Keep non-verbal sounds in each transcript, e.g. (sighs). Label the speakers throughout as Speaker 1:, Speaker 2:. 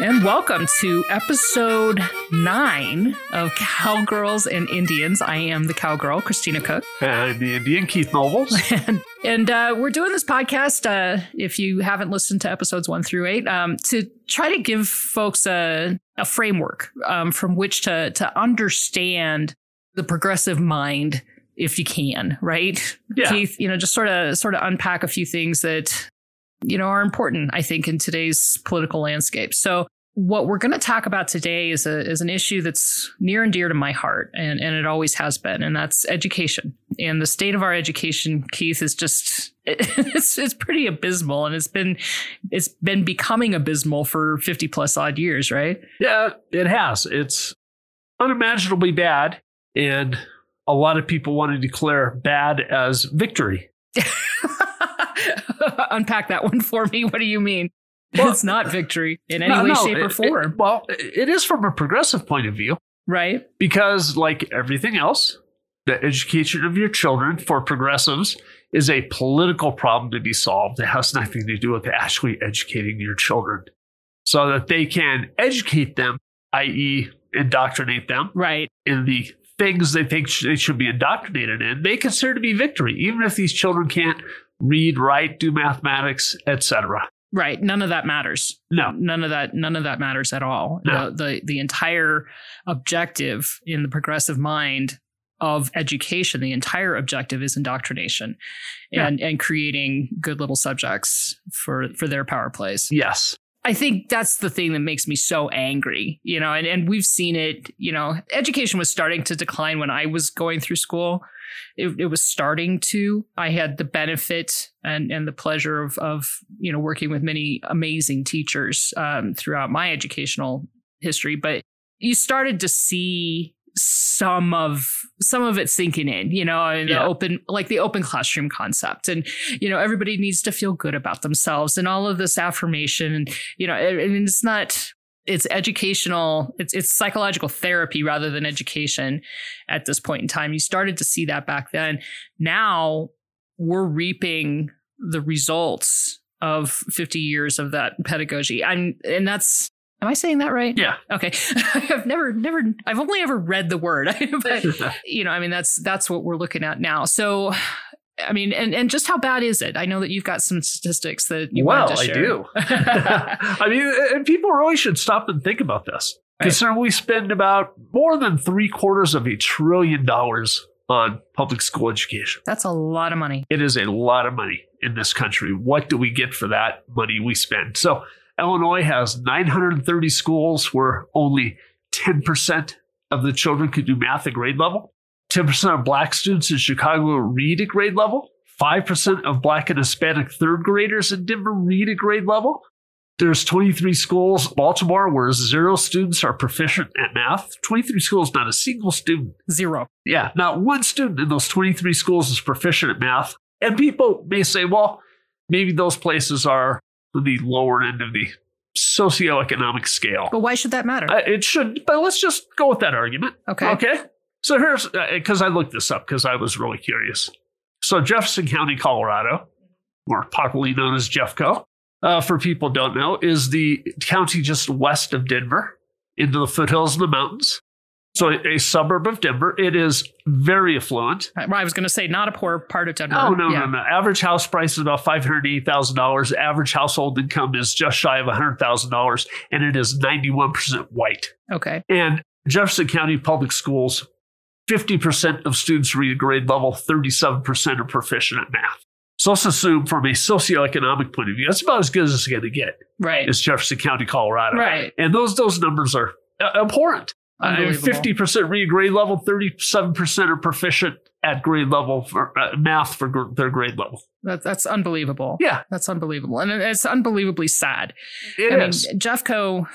Speaker 1: Welcome to episode nine of Cowgirls and Indians. I am the cowgirl, Christina Cook. (laughs)
Speaker 2: Uh, the Indian Keith Nobles.
Speaker 1: and, and uh, we're doing this podcast. Uh, if you haven't listened to episodes one through eight, um, to try to give folks a, a framework um, from which to to understand the progressive mind, if you can, right?
Speaker 2: Yeah.
Speaker 1: Keith, you know, just sort of sort of unpack a few things that you know are important, I think, in today's political landscape. So. What we're going to talk about today is a is an issue that's near and dear to my heart, and, and it always has been, and that's education and the state of our education, Keith, is just (laughs) it's it's pretty abysmal, and it's been it's been becoming abysmal for fifty plus odd years, right? (laughs)
Speaker 2: Yeah, it has. It's unimaginably bad. And a lot of people want to declare bad as victory.
Speaker 1: Unpack that one for me. What do you mean?
Speaker 2: Well-
Speaker 1: it's not victory in any way, shape, or
Speaker 2: it-
Speaker 1: form,
Speaker 2: it- well, it is from a progressive point of view
Speaker 1: right?
Speaker 2: because, like everything else, the education of your children for progressives is a political problem to be solved. It has nothing to do with actually educating your children so that they can educate them, i.e., indoctrinate them.
Speaker 1: Right.
Speaker 2: in the things they think sh- they should be indoctrinated in, they consider to be victory, even if these children can't read, write, do mathematics, etc.
Speaker 1: Right. None of that matters.
Speaker 2: No,
Speaker 1: None of that. None of that matters at all.
Speaker 2: No.
Speaker 1: The, the the entire objective in the progressive mind of education, the entire objective is indoctrination,
Speaker 2: Yeah.
Speaker 1: and and creating good little subjects for for their power plays.
Speaker 2: yes,
Speaker 1: I think that's the thing that makes me so angry, you know, and, and we've seen it, you know, education was starting to decline when I was going through school. It, it was starting to. I had the benefit and, and the pleasure of, of, you know, working with many amazing teachers um, throughout my educational history, but you started to see some of some of it sinking in, you know, and the
Speaker 2: Yeah.
Speaker 1: open like the open classroom concept. And, you know, everybody needs to feel good about themselves and all of this affirmation and you know, and and it's not it's educational, it's it's psychological therapy rather than education at this point in time. You started to see that back then. Now we're reaping the results of 50 years of that pedagogy. I'm and that's am I saying that right?
Speaker 2: yeah,
Speaker 1: Okay. (laughs) I've never never I've only ever read the word. (laughs) but (laughs) you know, I mean that's that's what we're looking at now. So I mean, and, and just how bad is it? I know that you've got some statistics that you
Speaker 2: (laughs) well,
Speaker 1: wanted to
Speaker 2: I
Speaker 1: share. (laughs)
Speaker 2: do. I mean, and people really should stop and think about this.
Speaker 1: Right.
Speaker 2: Considering we spend about more than three quarters of a trillion dollars on public school education,
Speaker 1: That's a lot of money.
Speaker 2: it is a lot of money in this country. What do we get for that money we spend? So, Illinois has 930 schools where only 10% of the children could do math at grade level. 10% of black students in Chicago read at grade level. 5% of black and Hispanic third graders in Denver read at grade level. There's 23 schools, Baltimore, where zero students are proficient at math. 23 schools, not a single student
Speaker 1: Zero.
Speaker 2: yeah, not one student in those 23 schools is proficient at math. And people may say, well, maybe those places are the lower end of the socioeconomic scale.
Speaker 1: But why should that matter?
Speaker 2: Uh, It should, but let's just go with that argument.
Speaker 1: okay.
Speaker 2: Okay. So here's because I looked this up because I was really curious. So Jefferson County, Colorado, more popularly known as Jeffco, uh, for people who don't know, is the county just west of Denver, into the foothills of the mountains. So a, a suburb of Denver. It is very affluent.
Speaker 1: I- well, I was going to say not a poor part of Denver.
Speaker 2: Oh no,
Speaker 1: Yeah.
Speaker 2: no, no. Average house price is about five hundred eighty thousand dollars. Average household income is just shy of hundred thousand dollars, and it is ninety one percent white.
Speaker 1: Okay.
Speaker 2: And Jefferson County Public Schools, 50% of students read at grade level, 37% are proficient at math. So let's assume from a socioeconomic point of view, that's about as good as it's going to get
Speaker 1: Right.
Speaker 2: is Jefferson County, Colorado.
Speaker 1: Right.
Speaker 2: And those, those numbers are uh, abhorrent. I mean,
Speaker 1: Unbelievable.
Speaker 2: 50% read at grade level, 37% are proficient at grade level for uh, math for gr- their grade level.
Speaker 1: That, that's unbelievable.
Speaker 2: Yeah.
Speaker 1: That's unbelievable. And it's unbelievably sad.
Speaker 2: it is.
Speaker 1: I mean, Jeffco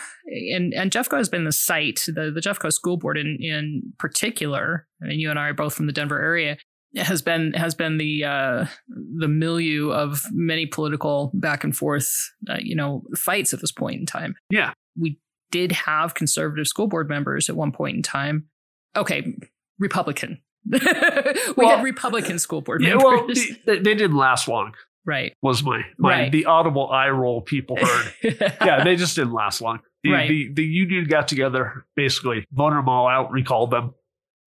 Speaker 1: and, and Jeffco has been the site, the, the Jeffco school board in, in particular, and you and I are both from the Denver area, has been has been the uh, the milieu of many political back and forth, uh, you know, fights at this point in time.
Speaker 2: Yeah.
Speaker 1: we did have conservative school board members at one point in time. Okay, Republican. (laughs) we
Speaker 2: Well,
Speaker 1: had Republican school board
Speaker 2: yeah,
Speaker 1: members, (laughs)
Speaker 2: well, the- they, they didn't last long,
Speaker 1: right?
Speaker 2: was my, my
Speaker 1: Right.
Speaker 2: the audible eye roll people heard. yeah, they just didn't last long. The,
Speaker 1: Right.
Speaker 2: the, the union got together, basically voted them all out, recalled them.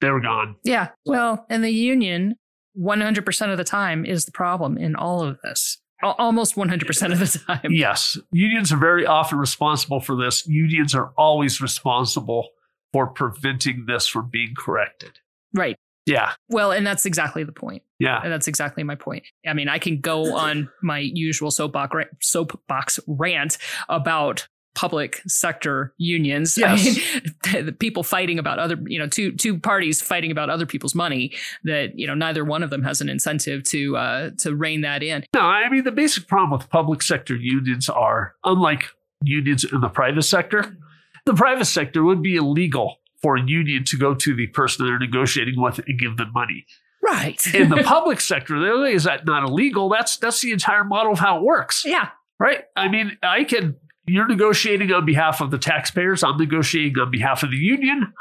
Speaker 2: They were gone.
Speaker 1: Yeah. Well, and the union 100% of the time is the problem in all of this. Al- Almost 100% of the time.
Speaker 2: Yes, unions are very often responsible for this. Unions are always responsible for preventing this from being corrected.
Speaker 1: Right.
Speaker 2: Yeah,
Speaker 1: Well, and that's exactly the point.
Speaker 2: yeah,
Speaker 1: And that's exactly my point. I mean, I can (laughs) go on my usual soapbox ra- soapbox rant about public sector unions. I
Speaker 2: Yes.
Speaker 1: mean, (laughs) the people fighting about other, you know, two two parties fighting about other people's money that, you know, neither one of them has an incentive to uh to rein that in.
Speaker 2: No, I mean, the basic problem with public sector unions are, unlike unions in the private sector, the private sector would be illegal for a union to go to the person they're negotiating with and give them money.
Speaker 1: Right.
Speaker 2: In the public sector, the only is that not illegal. That's that's the entire model of how it works,
Speaker 1: (laughs) yeah.
Speaker 2: right? I mean, I can you're negotiating on behalf of the taxpayers. I'm negotiating on behalf of the union.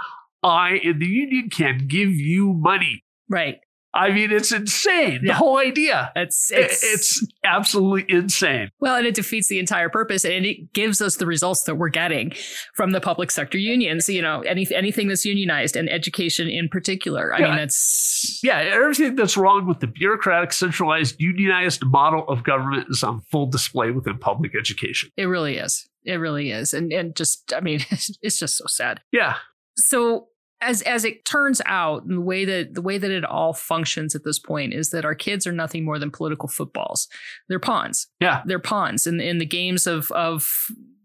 Speaker 2: I in the union can give you money.
Speaker 1: Right.
Speaker 2: I mean, it's insane. The
Speaker 1: Yeah.
Speaker 2: whole idea.
Speaker 1: It's
Speaker 2: I-
Speaker 1: it's,
Speaker 2: it's absolutely insane.
Speaker 1: well, and it defeats the entire purpose, and it gives us the results that we're getting from the public sector unions. You know, any, anything that's unionized and education in particular. I
Speaker 2: Yeah.
Speaker 1: mean, that's
Speaker 2: Yeah, everything that's wrong with the bureaucratic, centralized, unionized model of government is on full display within public education.
Speaker 1: it really is. It really is, and and just I mean, (laughs) it's just so sad.
Speaker 2: Yeah,
Speaker 1: so as as it turns out and the way that the way that it all functions at this point is that our kids are nothing more than political footballs they're pawns
Speaker 2: Yeah.
Speaker 1: they're pawns in in the games of of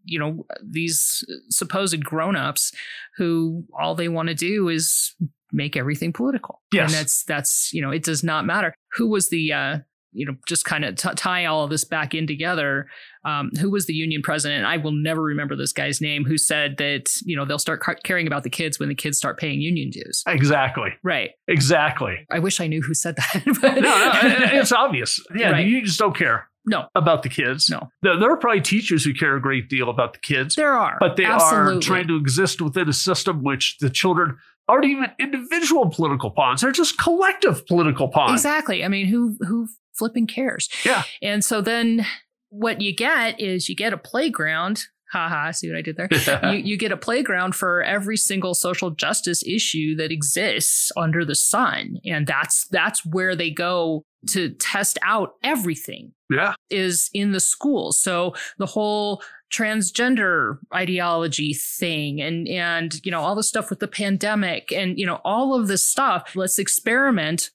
Speaker 1: you know these supposed grown-ups who all they want to do is make everything political
Speaker 2: Yes.
Speaker 1: and that's that's you know it does not matter who was the uh you know just kind of t- tie all of this back in together um, who was the union president. I will never remember this guy's name who said that you know they'll start car- caring about the kids when the kids start paying union dues.
Speaker 2: exactly,
Speaker 1: Right.
Speaker 2: exactly.
Speaker 1: I wish I knew who said that. (laughs) but-
Speaker 2: No, no it- it's obvious. Yeah,
Speaker 1: Right.
Speaker 2: you just don't care
Speaker 1: No.
Speaker 2: about the kids.
Speaker 1: No.
Speaker 2: There- there are probably teachers who care a great deal about the kids,
Speaker 1: (laughs) there are,
Speaker 2: but they
Speaker 1: Absolutely.
Speaker 2: are trying to exist within a system which the children aren't even individual political pawns; they're just collective political pawns.
Speaker 1: Exactly. I mean, who who flipping cares?
Speaker 2: Yeah.
Speaker 1: And so then what you get is you get a playground. Haha, see what I did there? you,
Speaker 2: (laughs)
Speaker 1: you get a playground for every single social justice issue that exists under the sun. And that's that's where they go to test out everything.
Speaker 2: yeah,
Speaker 1: is in the school. So the whole transgender ideology thing and and you know all the stuff with the pandemic and you know all of this stuff let's experiment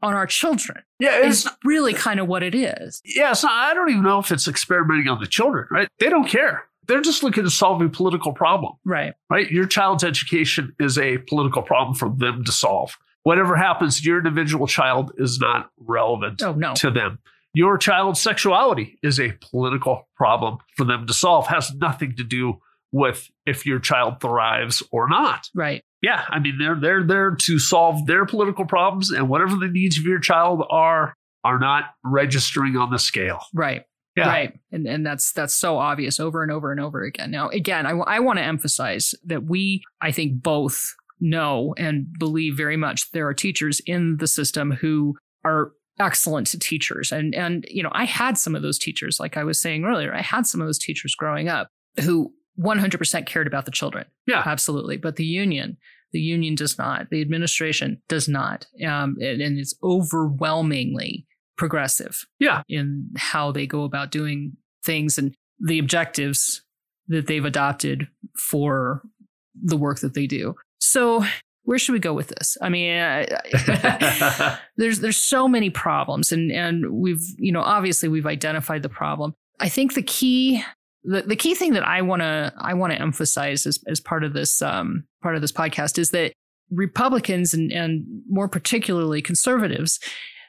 Speaker 1: on our children
Speaker 2: yeah. It's
Speaker 1: is really kind of what it is
Speaker 2: Yeah, so I don't even know if it's experimenting on the children, right? They don't care. They're just looking to solve a political problem,
Speaker 1: right
Speaker 2: right? Your child's education is a political problem for them to solve. Whatever happens to your individual child is not relevant
Speaker 1: oh no
Speaker 2: to them. Your child's sexuality is a political problem for them to solve, has nothing to do with if your child thrives or not.
Speaker 1: right
Speaker 2: Yeah, I mean they're they're there to solve their political problems and whatever the needs of your child are are not registering on the scale.
Speaker 1: right
Speaker 2: Yeah.
Speaker 1: right and and that's that's so obvious over and over and over again now again I want to emphasize that we i think both know and believe very much there are teachers in the system who are excellent teachers and and you know i had some of those teachers like i was saying earlier i had some of those teachers growing up who 100% cared about the children
Speaker 2: Yeah.
Speaker 1: absolutely but the union the union does not the administration does not um, and, and it's overwhelmingly progressive
Speaker 2: Yeah.
Speaker 1: in how they go about doing things and the objectives that they've adopted for the work that they do so where should we go with this i mean
Speaker 2: (laughs)
Speaker 1: I, there's there's so many problems and and we've you know obviously we've identified the problem i think the key the, the key thing that i want to i want to emphasize as, as part of this um part of this podcast is that republicans and and more particularly conservatives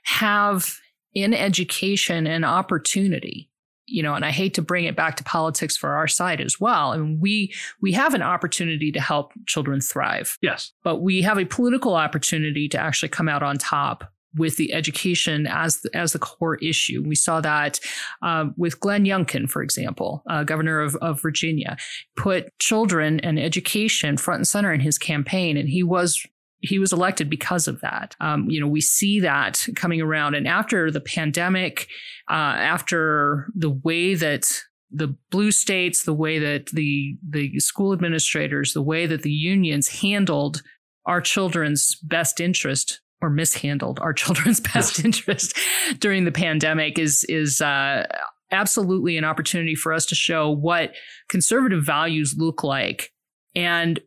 Speaker 1: have in education an opportunity you know and i hate to bring it back to politics for our side as well and we we have an opportunity to help children thrive
Speaker 2: Yes.
Speaker 1: but we have a political opportunity to actually come out on top with the education as as the core issue. We saw that um, with Glenn Youngkin, for example, uh, governor of, of Virginia, put children and education front and center in his campaign, and he was he was elected because of that. Um, you know, we see that coming around, and after the pandemic, uh, after the way that the blue states, the way that the the school administrators, the way that the unions handled our children's best interest or mishandled our children's (laughs) best interest during the pandemic is is uh, absolutely an opportunity for us to show what conservative values look like. And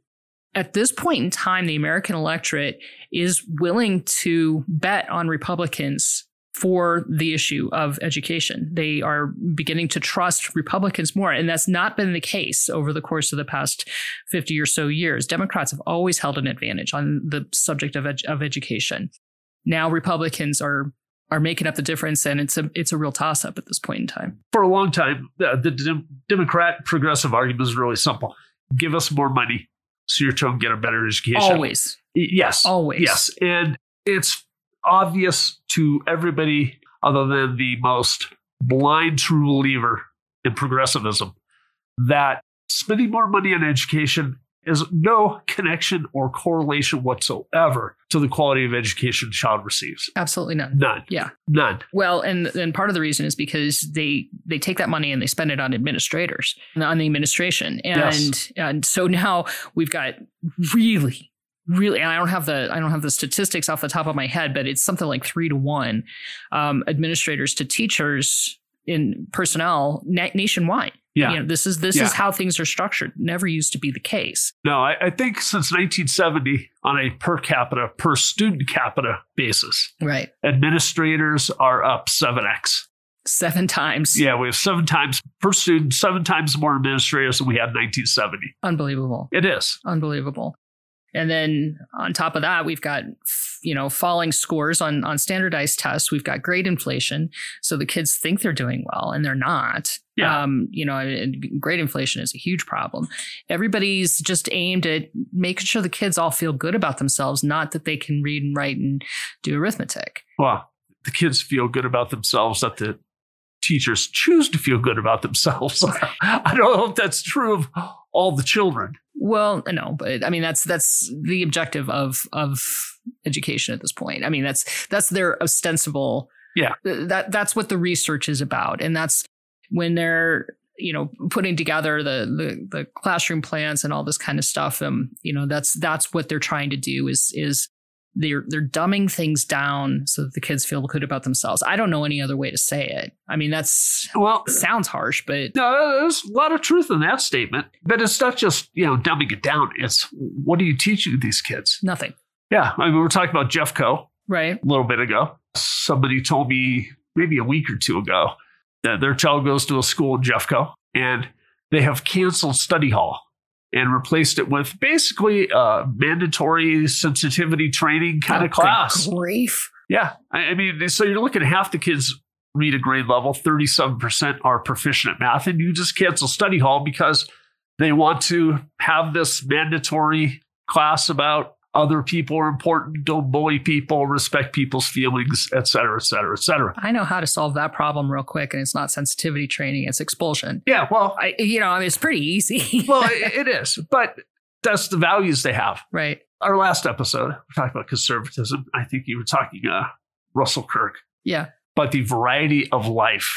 Speaker 1: at this point in time, the American electorate is willing to bet on Republicans for the issue of education. They are beginning to trust Republicans more. And that's not been the case over the course of the past 50 or so years. Democrats have always held an advantage on the subject of, ed- of education. Now Republicans are are making up the difference, and it's a it's a real toss up at this point in time.
Speaker 2: For a long time, the, the dem- Democrat progressive argument is really simple: give us more money, so your children get a better education.
Speaker 1: Always,
Speaker 2: Y- Yes.
Speaker 1: always,
Speaker 2: Yes. And it's obvious to everybody other than the most blind true believer in progressivism that spending more money on education is no connection or correlation whatsoever to the quality of education a child receives.
Speaker 1: absolutely none.
Speaker 2: None.
Speaker 1: Yeah.
Speaker 2: None.
Speaker 1: Well, and and part of the reason is because they they take that money and they spend it on administrators, on the administration, and
Speaker 2: Yes.
Speaker 1: and so now we've got really, really, and I don't have the I don't have the statistics off the top of my head, but it's something like three to one, um, administrators to teachers in personnel na- nationwide.
Speaker 2: Yeah.
Speaker 1: You know, this is this
Speaker 2: Yeah.
Speaker 1: is how things are structured. Never used to be the case.
Speaker 2: No, I, I think since 1970, on a per capita, per student capita basis,
Speaker 1: Right.
Speaker 2: administrators are up 7x.
Speaker 1: Seven times.
Speaker 2: Yeah, we have seven times per student, seven times more administrators than we had in 1970.
Speaker 1: Unbelievable.
Speaker 2: It is.
Speaker 1: unbelievable. And then on top of that, we've got you know falling scores on on standardized tests. We've got grade inflation, so the kids think they're doing well and they're not.
Speaker 2: Yeah.
Speaker 1: Um, you know, and grade inflation is a huge problem. Everybody's just aimed at making sure the kids all feel good about themselves, not that they can read and write and do arithmetic.
Speaker 2: Well, the kids feel good about themselves that the teachers choose to feel good about themselves. (laughs) I don't know if that's true of all the children.
Speaker 1: Well, no, but I mean that's that's the objective of of education at this point. I mean that's that's their ostensible uh,
Speaker 2: Yeah.
Speaker 1: That that's what the research is about, and that's when they're you know putting together the the, the classroom plans and all this kind of stuff. Um, you know that's that's what they're trying to do is is they're they're dumbing things down so that the kids feel good about themselves. I don't know any other way to say it. I mean that's
Speaker 2: Well,
Speaker 1: sounds harsh, but
Speaker 2: no, there's a lot of truth in that statement, but it's not just, you know, dumbing it down. It's what are you teaching these kids?
Speaker 1: nothing,
Speaker 2: Yeah. I mean, we were talking about Jeffco.
Speaker 1: right?
Speaker 2: a little bit ago. Somebody told me maybe a week or two ago that their child goes to a school in Jeffco and they have canceled study hall and replaced it with basically a mandatory sensitivity training kind
Speaker 1: Oh,
Speaker 2: of
Speaker 1: good
Speaker 2: class.
Speaker 1: grief.
Speaker 2: Yeah. I, I mean, so you're looking at half the kids read a grade level, 37% are proficient at math, and you just cancel study hall because they want to have this mandatory class about other people are important, don't bully people, respect people's feelings, et cetera, et cetera, et cetera.
Speaker 1: I know how to solve that problem real quick, and it's not sensitivity training; it's expulsion.
Speaker 2: Yeah, well,
Speaker 1: I, you know, I mean, it's pretty easy, (laughs)
Speaker 2: well, it it is, but that's the values they have.
Speaker 1: right?
Speaker 2: Our last episode, we talked about conservatism. I think you were talking uh, Russell Kirk,
Speaker 1: Yeah,
Speaker 2: but the variety of life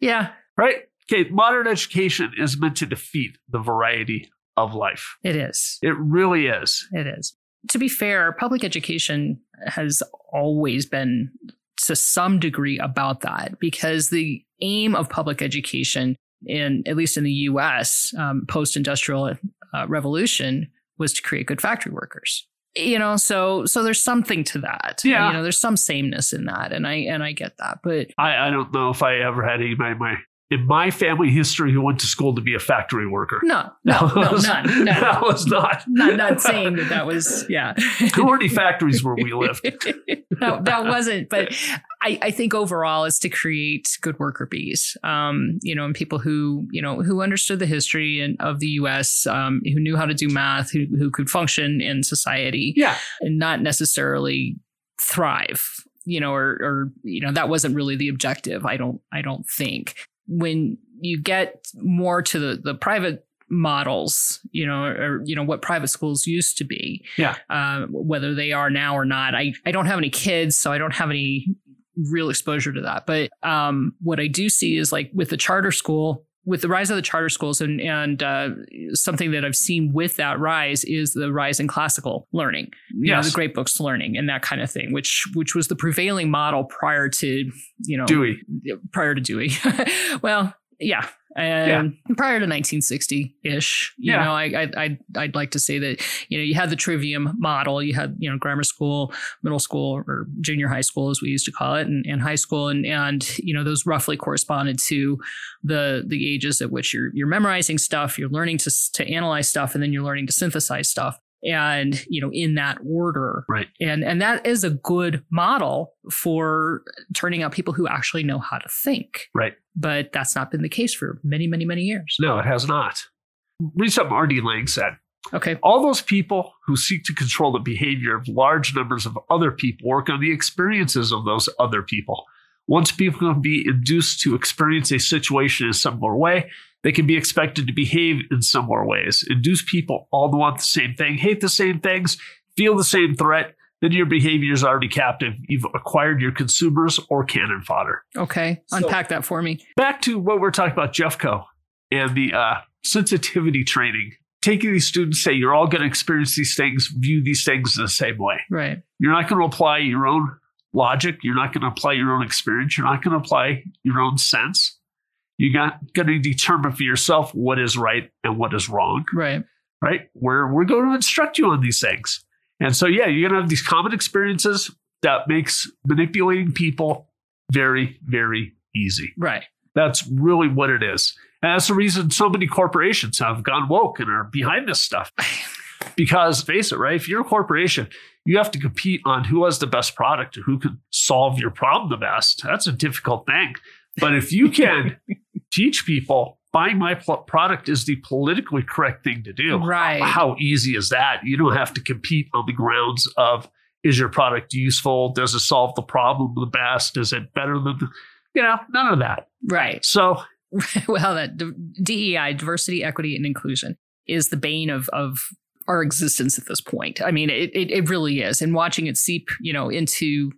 Speaker 1: yeah,
Speaker 2: right? Okay, modern education is meant to defeat the variety of life.
Speaker 1: it is.
Speaker 2: It really is.
Speaker 1: It is. To be fair, public education has always been to some degree about that because the aim of public education, in at least in the U.S. Um, post-industrial uh, revolution, was to create good factory workers. You know, so so there's something to that.
Speaker 2: Yeah.
Speaker 1: you know, there's some sameness in that, and I and I get that, but
Speaker 2: I, I don't know if I ever had anybody in my, in my family history who went to school to be a factory worker.
Speaker 1: no, no,
Speaker 2: (laughs) That
Speaker 1: no,
Speaker 2: was-
Speaker 1: none, no.
Speaker 2: (laughs) That was not.
Speaker 1: not not saying
Speaker 2: (laughs)
Speaker 1: that that was yeah
Speaker 2: There were any factories where we lived.
Speaker 1: no, (laughs) that wasn't but I, I think overall is to create good worker bees um you know and people who you know who understood the history and of the us um who knew how to do math who, who could function in society
Speaker 2: Yeah.
Speaker 1: and not necessarily thrive you know or or you know that wasn't really the objective i don't i don't think when you get more to the the private models you know or you know what private schools used to be
Speaker 2: Yeah.
Speaker 1: uh, whether they are now or not i i don't have any kids so i don't have any real exposure to that but um what i do see is like with the charter school with the rise of the charter schools and and uh, something that I've seen with that rise is the rise in classical learning, you know,
Speaker 2: Yes.
Speaker 1: the great books learning and that kind of thing, which which was the prevailing model prior to you know
Speaker 2: Dewey.
Speaker 1: prior to Dewey. (laughs) well, yeah. Um, prior to 1960-ish, you
Speaker 2: Yeah.
Speaker 1: know, I, I, I'd, I'd like to say that, you know, you had the trivium model, you had, you know, grammar school, middle school or junior high school, as we used to call it, and, and high school. And, and, you know, those roughly corresponded to the, the ages at which you're, you're memorizing stuff, you're learning to, s- to analyze stuff, and then you're learning to synthesize stuff. And, you know, in that order.
Speaker 2: Right.
Speaker 1: And, and that is a good model for turning out people who actually know how to think.
Speaker 2: Right.
Speaker 1: But that's not been the case for many, many, many years.
Speaker 2: No, it has not. Read something R.D. Lang said.
Speaker 1: Okay.
Speaker 2: All those people who seek to control the behavior of large numbers of other people work on the experiences of those other people. Once people can be induced to experience a situation in some more way, they can be expected to behave in similar ways. Induce people all to want the same thing, hate the same things, feel the same threat, then your behavior is already captive. You've acquired your consumers or cannon fodder
Speaker 1: Okay.
Speaker 2: So-
Speaker 1: Unpack that for me.
Speaker 2: back to what we're talking about jeffco and the uh, sensitivity training taking these students say you're all going to experience these things view these things the same way
Speaker 1: Right.
Speaker 2: you're not going to apply your own logic you're not going to apply your own experience you're not going to apply your own sense you're not going to determine for yourself what is right and what is wrong
Speaker 1: Right.
Speaker 2: right? Where we're going to instruct you on these things. And so, yeah, you're going to have these common experiences that makes manipulating people very, very easy.
Speaker 1: Right.
Speaker 2: That's really what it is. And that's the reason so many corporations have gone woke and are behind this stuff. Because face it, right? If you're a corporation, you have to compete on who has the best product or who can solve your problem the best. That's a difficult thing. But if you can teach people buying my pl- product is the politically correct thing to do,
Speaker 1: Right.
Speaker 2: how easy is that? You don't have to compete on the grounds of is your product useful? Does it solve the problem the best? Is it better than the, you know, none of that.
Speaker 1: Right. (laughs)
Speaker 2: So
Speaker 1: well, that d- DEI, diversity, equity, and inclusion, is the bane of of our existence at this point. I mean, it it, it really is. And watching it seep, you know, into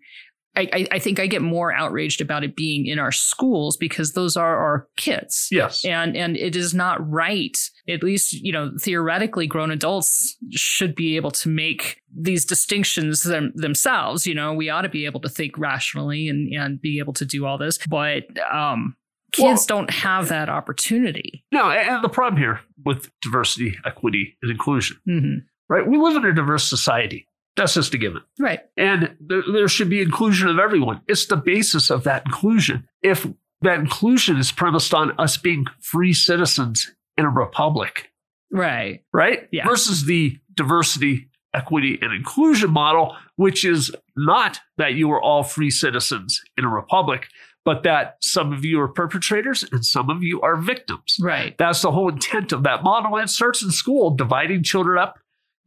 Speaker 1: I, I, I think I get more outraged about it being in our schools because those are our kids.
Speaker 2: yes,
Speaker 1: and and it is not right at least you know theoretically grown adults should be able to make these distinctions them, themselves you know we ought to be able to think rationally and and be able to do all this but um kids don't have that opportunity
Speaker 2: no, a- and the problem here with diversity, equity, and inclusion,
Speaker 1: hmm
Speaker 2: right? We live in a diverse society. That's just a given.
Speaker 1: right
Speaker 2: And there, there should be inclusion of everyone. It's the basis of that inclusion. If that inclusion is premised on us being free citizens in a republic,
Speaker 1: right
Speaker 2: right?
Speaker 1: Yeah.
Speaker 2: Versus the diversity, equity, and inclusion model, which is not that you are all free citizens in a republic, but that some of you are perpetrators and some of you are victims.
Speaker 1: right
Speaker 2: That's the whole intent of that model. And it starts in school, dividing children up.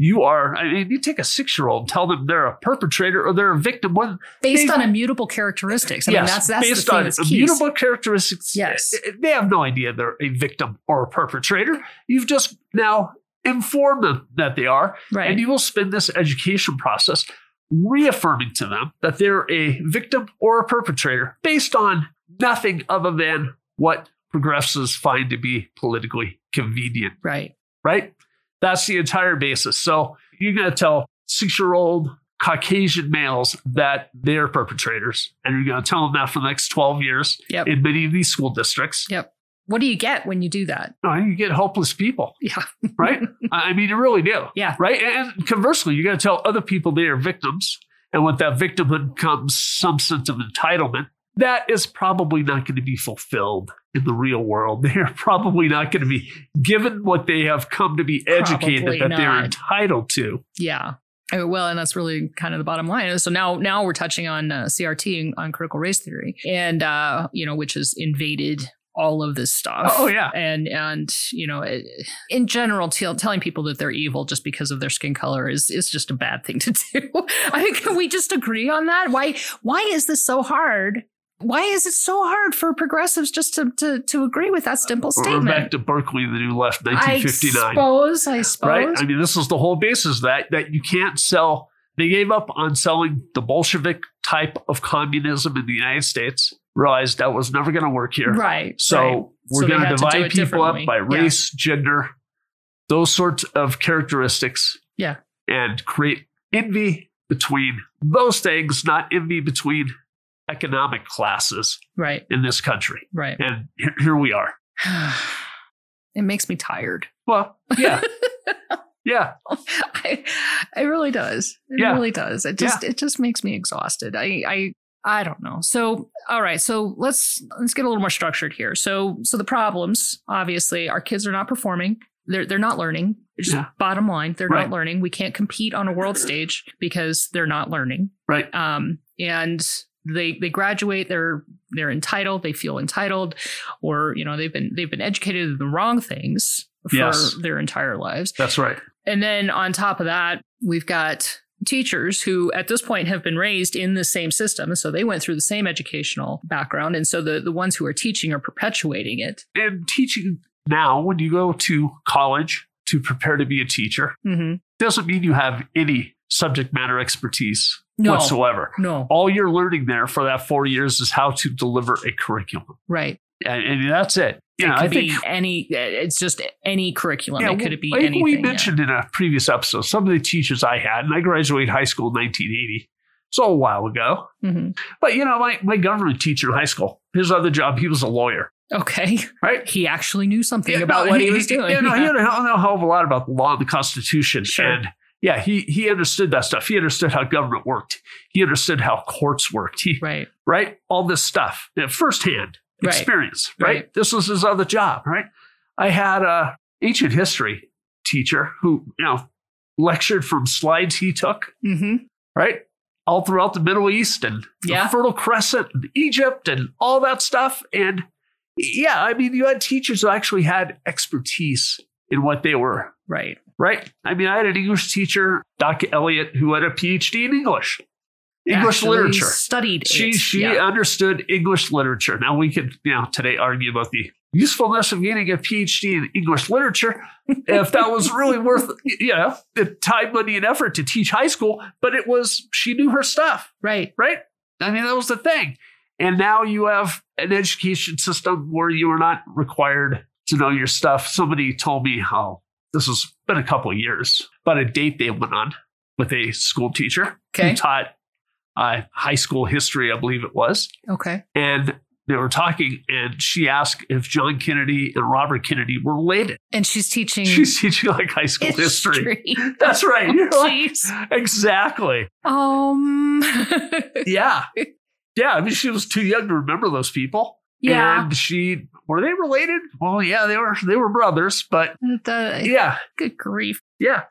Speaker 2: You are, I mean, you take a six year old and tell them they're a perpetrator or they're a victim. What,
Speaker 1: based
Speaker 2: Based-
Speaker 1: on immutable characteristics i mean
Speaker 2: yes,
Speaker 1: that's that's
Speaker 2: based
Speaker 1: the thing
Speaker 2: on
Speaker 1: that's key
Speaker 2: immutable characteristics.
Speaker 1: Yes.
Speaker 2: eh, eh, They have no idea they're a victim or a perpetrator. You've just now informed them that they are.
Speaker 1: right
Speaker 2: And you will spend this education process reaffirming to them that they're a victim or a perpetrator based on nothing other than what progressives find to be politically convenient,
Speaker 1: right
Speaker 2: right? That's the entire basis. So you're going to tell six year old Caucasian males that they're perpetrators, and you're going to tell them that for the next 12 years
Speaker 1: Yep.
Speaker 2: in many of these school districts.
Speaker 1: what do you get when you do that
Speaker 2: No, you get hopeless people,
Speaker 1: (laughs) yeah
Speaker 2: right? I I mean, you really do
Speaker 1: yeah
Speaker 2: right? And and conversely, you got to tell other people they are victims, and with that victimhood comes some sense of entitlement. That is probably not going to be fulfilled in the real world. (laughs) They are probably not going to be given what they have come to be educated
Speaker 1: Probably
Speaker 2: that they're
Speaker 1: not.
Speaker 2: entitled to.
Speaker 1: Yeah. Uh, Well, and that's really kind of the bottom line. So now, now we're touching on uh, CRT and on critical race theory, and uh, you know, which has invaded all of this stuff.
Speaker 2: Oh, yeah.
Speaker 1: and and you know, it, in general, tell telling people that they're evil just because of their skin color is is just a bad thing to do. (laughs) I mean, can we just agree on that? Why why is this so hard? Why is it so hard for progressives just to to, to agree with that simple
Speaker 2: Or back
Speaker 1: statement?
Speaker 2: to Berkeley, the New Left,
Speaker 1: I
Speaker 2: 1959.
Speaker 1: suppose. I suppose.
Speaker 2: right? I mean, this is the whole basis of that that you can't sell. They gave up on selling the Bolshevik type of communism in the United States realized that was never going to work here.
Speaker 1: Right.
Speaker 2: So
Speaker 1: right. So
Speaker 2: we're
Speaker 1: they
Speaker 2: going to
Speaker 1: had to do
Speaker 2: divide
Speaker 1: it
Speaker 2: people up
Speaker 1: differently.
Speaker 2: by
Speaker 1: Yeah.
Speaker 2: race, gender, those sorts of characteristics.
Speaker 1: Yeah.
Speaker 2: And create envy between those things, not envy between economic classes
Speaker 1: Right.
Speaker 2: in this country.
Speaker 1: Right.
Speaker 2: And here- here we are.
Speaker 1: (sighs) it makes me tired.
Speaker 2: Well, yeah. yeah.
Speaker 1: (laughs) I, it really does. It
Speaker 2: Yeah.
Speaker 1: really does. It just it just makes me exhausted. I I I don't know. So all right. So let's let's get a little more structured here. So so the problems obviously our kids are not performing. They're they're not learning. It's Just
Speaker 2: Yeah.
Speaker 1: bottom line, they're
Speaker 2: Right.
Speaker 1: not learning. We can't compete on a world stage because they're not learning.
Speaker 2: Right.
Speaker 1: Um and they they graduate. They're they're entitled. They feel entitled, or you know they've been they've been educated in the wrong things for
Speaker 2: Yes.
Speaker 1: their entire lives.
Speaker 2: That's right.
Speaker 1: And then on top of that, we've got teachers who at this point have been raised in the same system. So they went through the same educational background. And so the, the ones who are teaching are perpetuating it.
Speaker 2: And teaching now, when you go to college to prepare to be a teacher,
Speaker 1: Mm-hmm.
Speaker 2: doesn't mean you have any subject matter expertise
Speaker 1: No.
Speaker 2: whatsoever.
Speaker 1: No.
Speaker 2: All you're learning there for that four years is how to deliver a curriculum.
Speaker 1: Right.
Speaker 2: And, and that's it. You know,
Speaker 1: it could
Speaker 2: I
Speaker 1: be
Speaker 2: think
Speaker 1: any, it's just any curriculum. it could be
Speaker 2: like
Speaker 1: anything.
Speaker 2: we
Speaker 1: yeah.
Speaker 2: mentioned in a previous episode, some of the teachers I had, and I graduated high school in 1980. It's all a while ago.
Speaker 1: Mhm.
Speaker 2: But, you know, my, my government teacher in high school, his other job, he was a lawyer,
Speaker 1: Okay.
Speaker 2: right?
Speaker 1: He actually knew something
Speaker 2: Yeah,
Speaker 1: about
Speaker 2: no,
Speaker 1: what he, was doing.
Speaker 2: Yeah, no, he
Speaker 1: Yeah.
Speaker 2: had a hell, a hell of a lot about the law and the Constitution.
Speaker 1: Sure.
Speaker 2: And yeah, he, he understood that stuff. He understood how government worked. He understood how courts worked. He,
Speaker 1: (laughs) Right.
Speaker 2: right? All this stuff, yeah, firsthand
Speaker 1: Right.
Speaker 2: experience, right?
Speaker 1: Right.
Speaker 2: This was his other job, right? I had a ancient history teacher who, you know, lectured from slides he took,
Speaker 1: hmm
Speaker 2: right? All throughout the Middle East and
Speaker 1: Yeah.
Speaker 2: the Fertile Crescent and Egypt and all that stuff. And yeah, I mean, you had teachers who actually had expertise in what they were,
Speaker 1: Right.
Speaker 2: right? I mean, I had an English teacher, Doc Elliott, who had a PhD in English, English
Speaker 1: Actually
Speaker 2: literature
Speaker 1: Studied.
Speaker 2: she
Speaker 1: it.
Speaker 2: she
Speaker 1: Yeah.
Speaker 2: understood English literature. Now we could you know today argue about the usefulness of getting a PhD in English literature if that was really worth (laughs) you know the time, money, and effort to teach high school. But it was she knew her stuff,
Speaker 1: Right.
Speaker 2: right? I mean that was the thing. And now you have an education system where you are not required to know your stuff. Somebody told me how this has been a couple of years, but a date they went on with a school teacher who
Speaker 1: Okay.
Speaker 2: taught uh, high school history, I believe it was.
Speaker 1: Okay.
Speaker 2: And they were talking, and she asked if John Kennedy and Robert Kennedy were related.
Speaker 1: And she's teaching
Speaker 2: She's teaching like high school history.
Speaker 1: (laughs) history. Oh,
Speaker 2: That's right. You're like-
Speaker 1: Jeez.
Speaker 2: exactly.
Speaker 1: Um. (laughs)
Speaker 2: Yeah. Yeah. I mean, she was too young to remember those people.
Speaker 1: yeah.
Speaker 2: And she, were they related? Well, yeah, they were, they were brothers,
Speaker 1: (laughs)
Speaker 2: but
Speaker 1: The-
Speaker 2: yeah.
Speaker 1: Good grief.
Speaker 2: Yeah.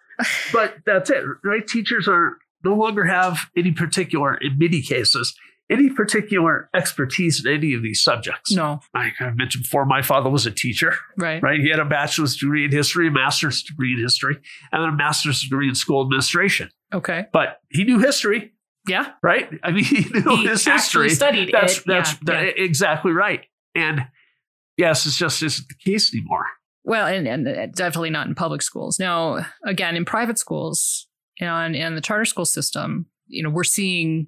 Speaker 2: But that's it, right? Teachers are no longer have any particular, in many cases, any particular expertise in any of these subjects.
Speaker 1: No.
Speaker 2: Like I mentioned before, my father was a teacher,
Speaker 1: Right.
Speaker 2: right? He had a bachelor's degree in history, a master's degree in history, and then a master's degree in school administration.
Speaker 1: Okay.
Speaker 2: But he knew history,
Speaker 1: Yeah.
Speaker 2: right? I mean, (laughs) he knew
Speaker 1: He
Speaker 2: his
Speaker 1: actually
Speaker 2: history.
Speaker 1: studied
Speaker 2: That's
Speaker 1: it.
Speaker 2: that's
Speaker 1: Yeah, yeah.
Speaker 2: that- e, exactly right. And yes, it's just isn't the case anymore.
Speaker 1: Well, and, and definitely not in public schools. Now, again, in private schools and and the charter school system, you know, we're seeing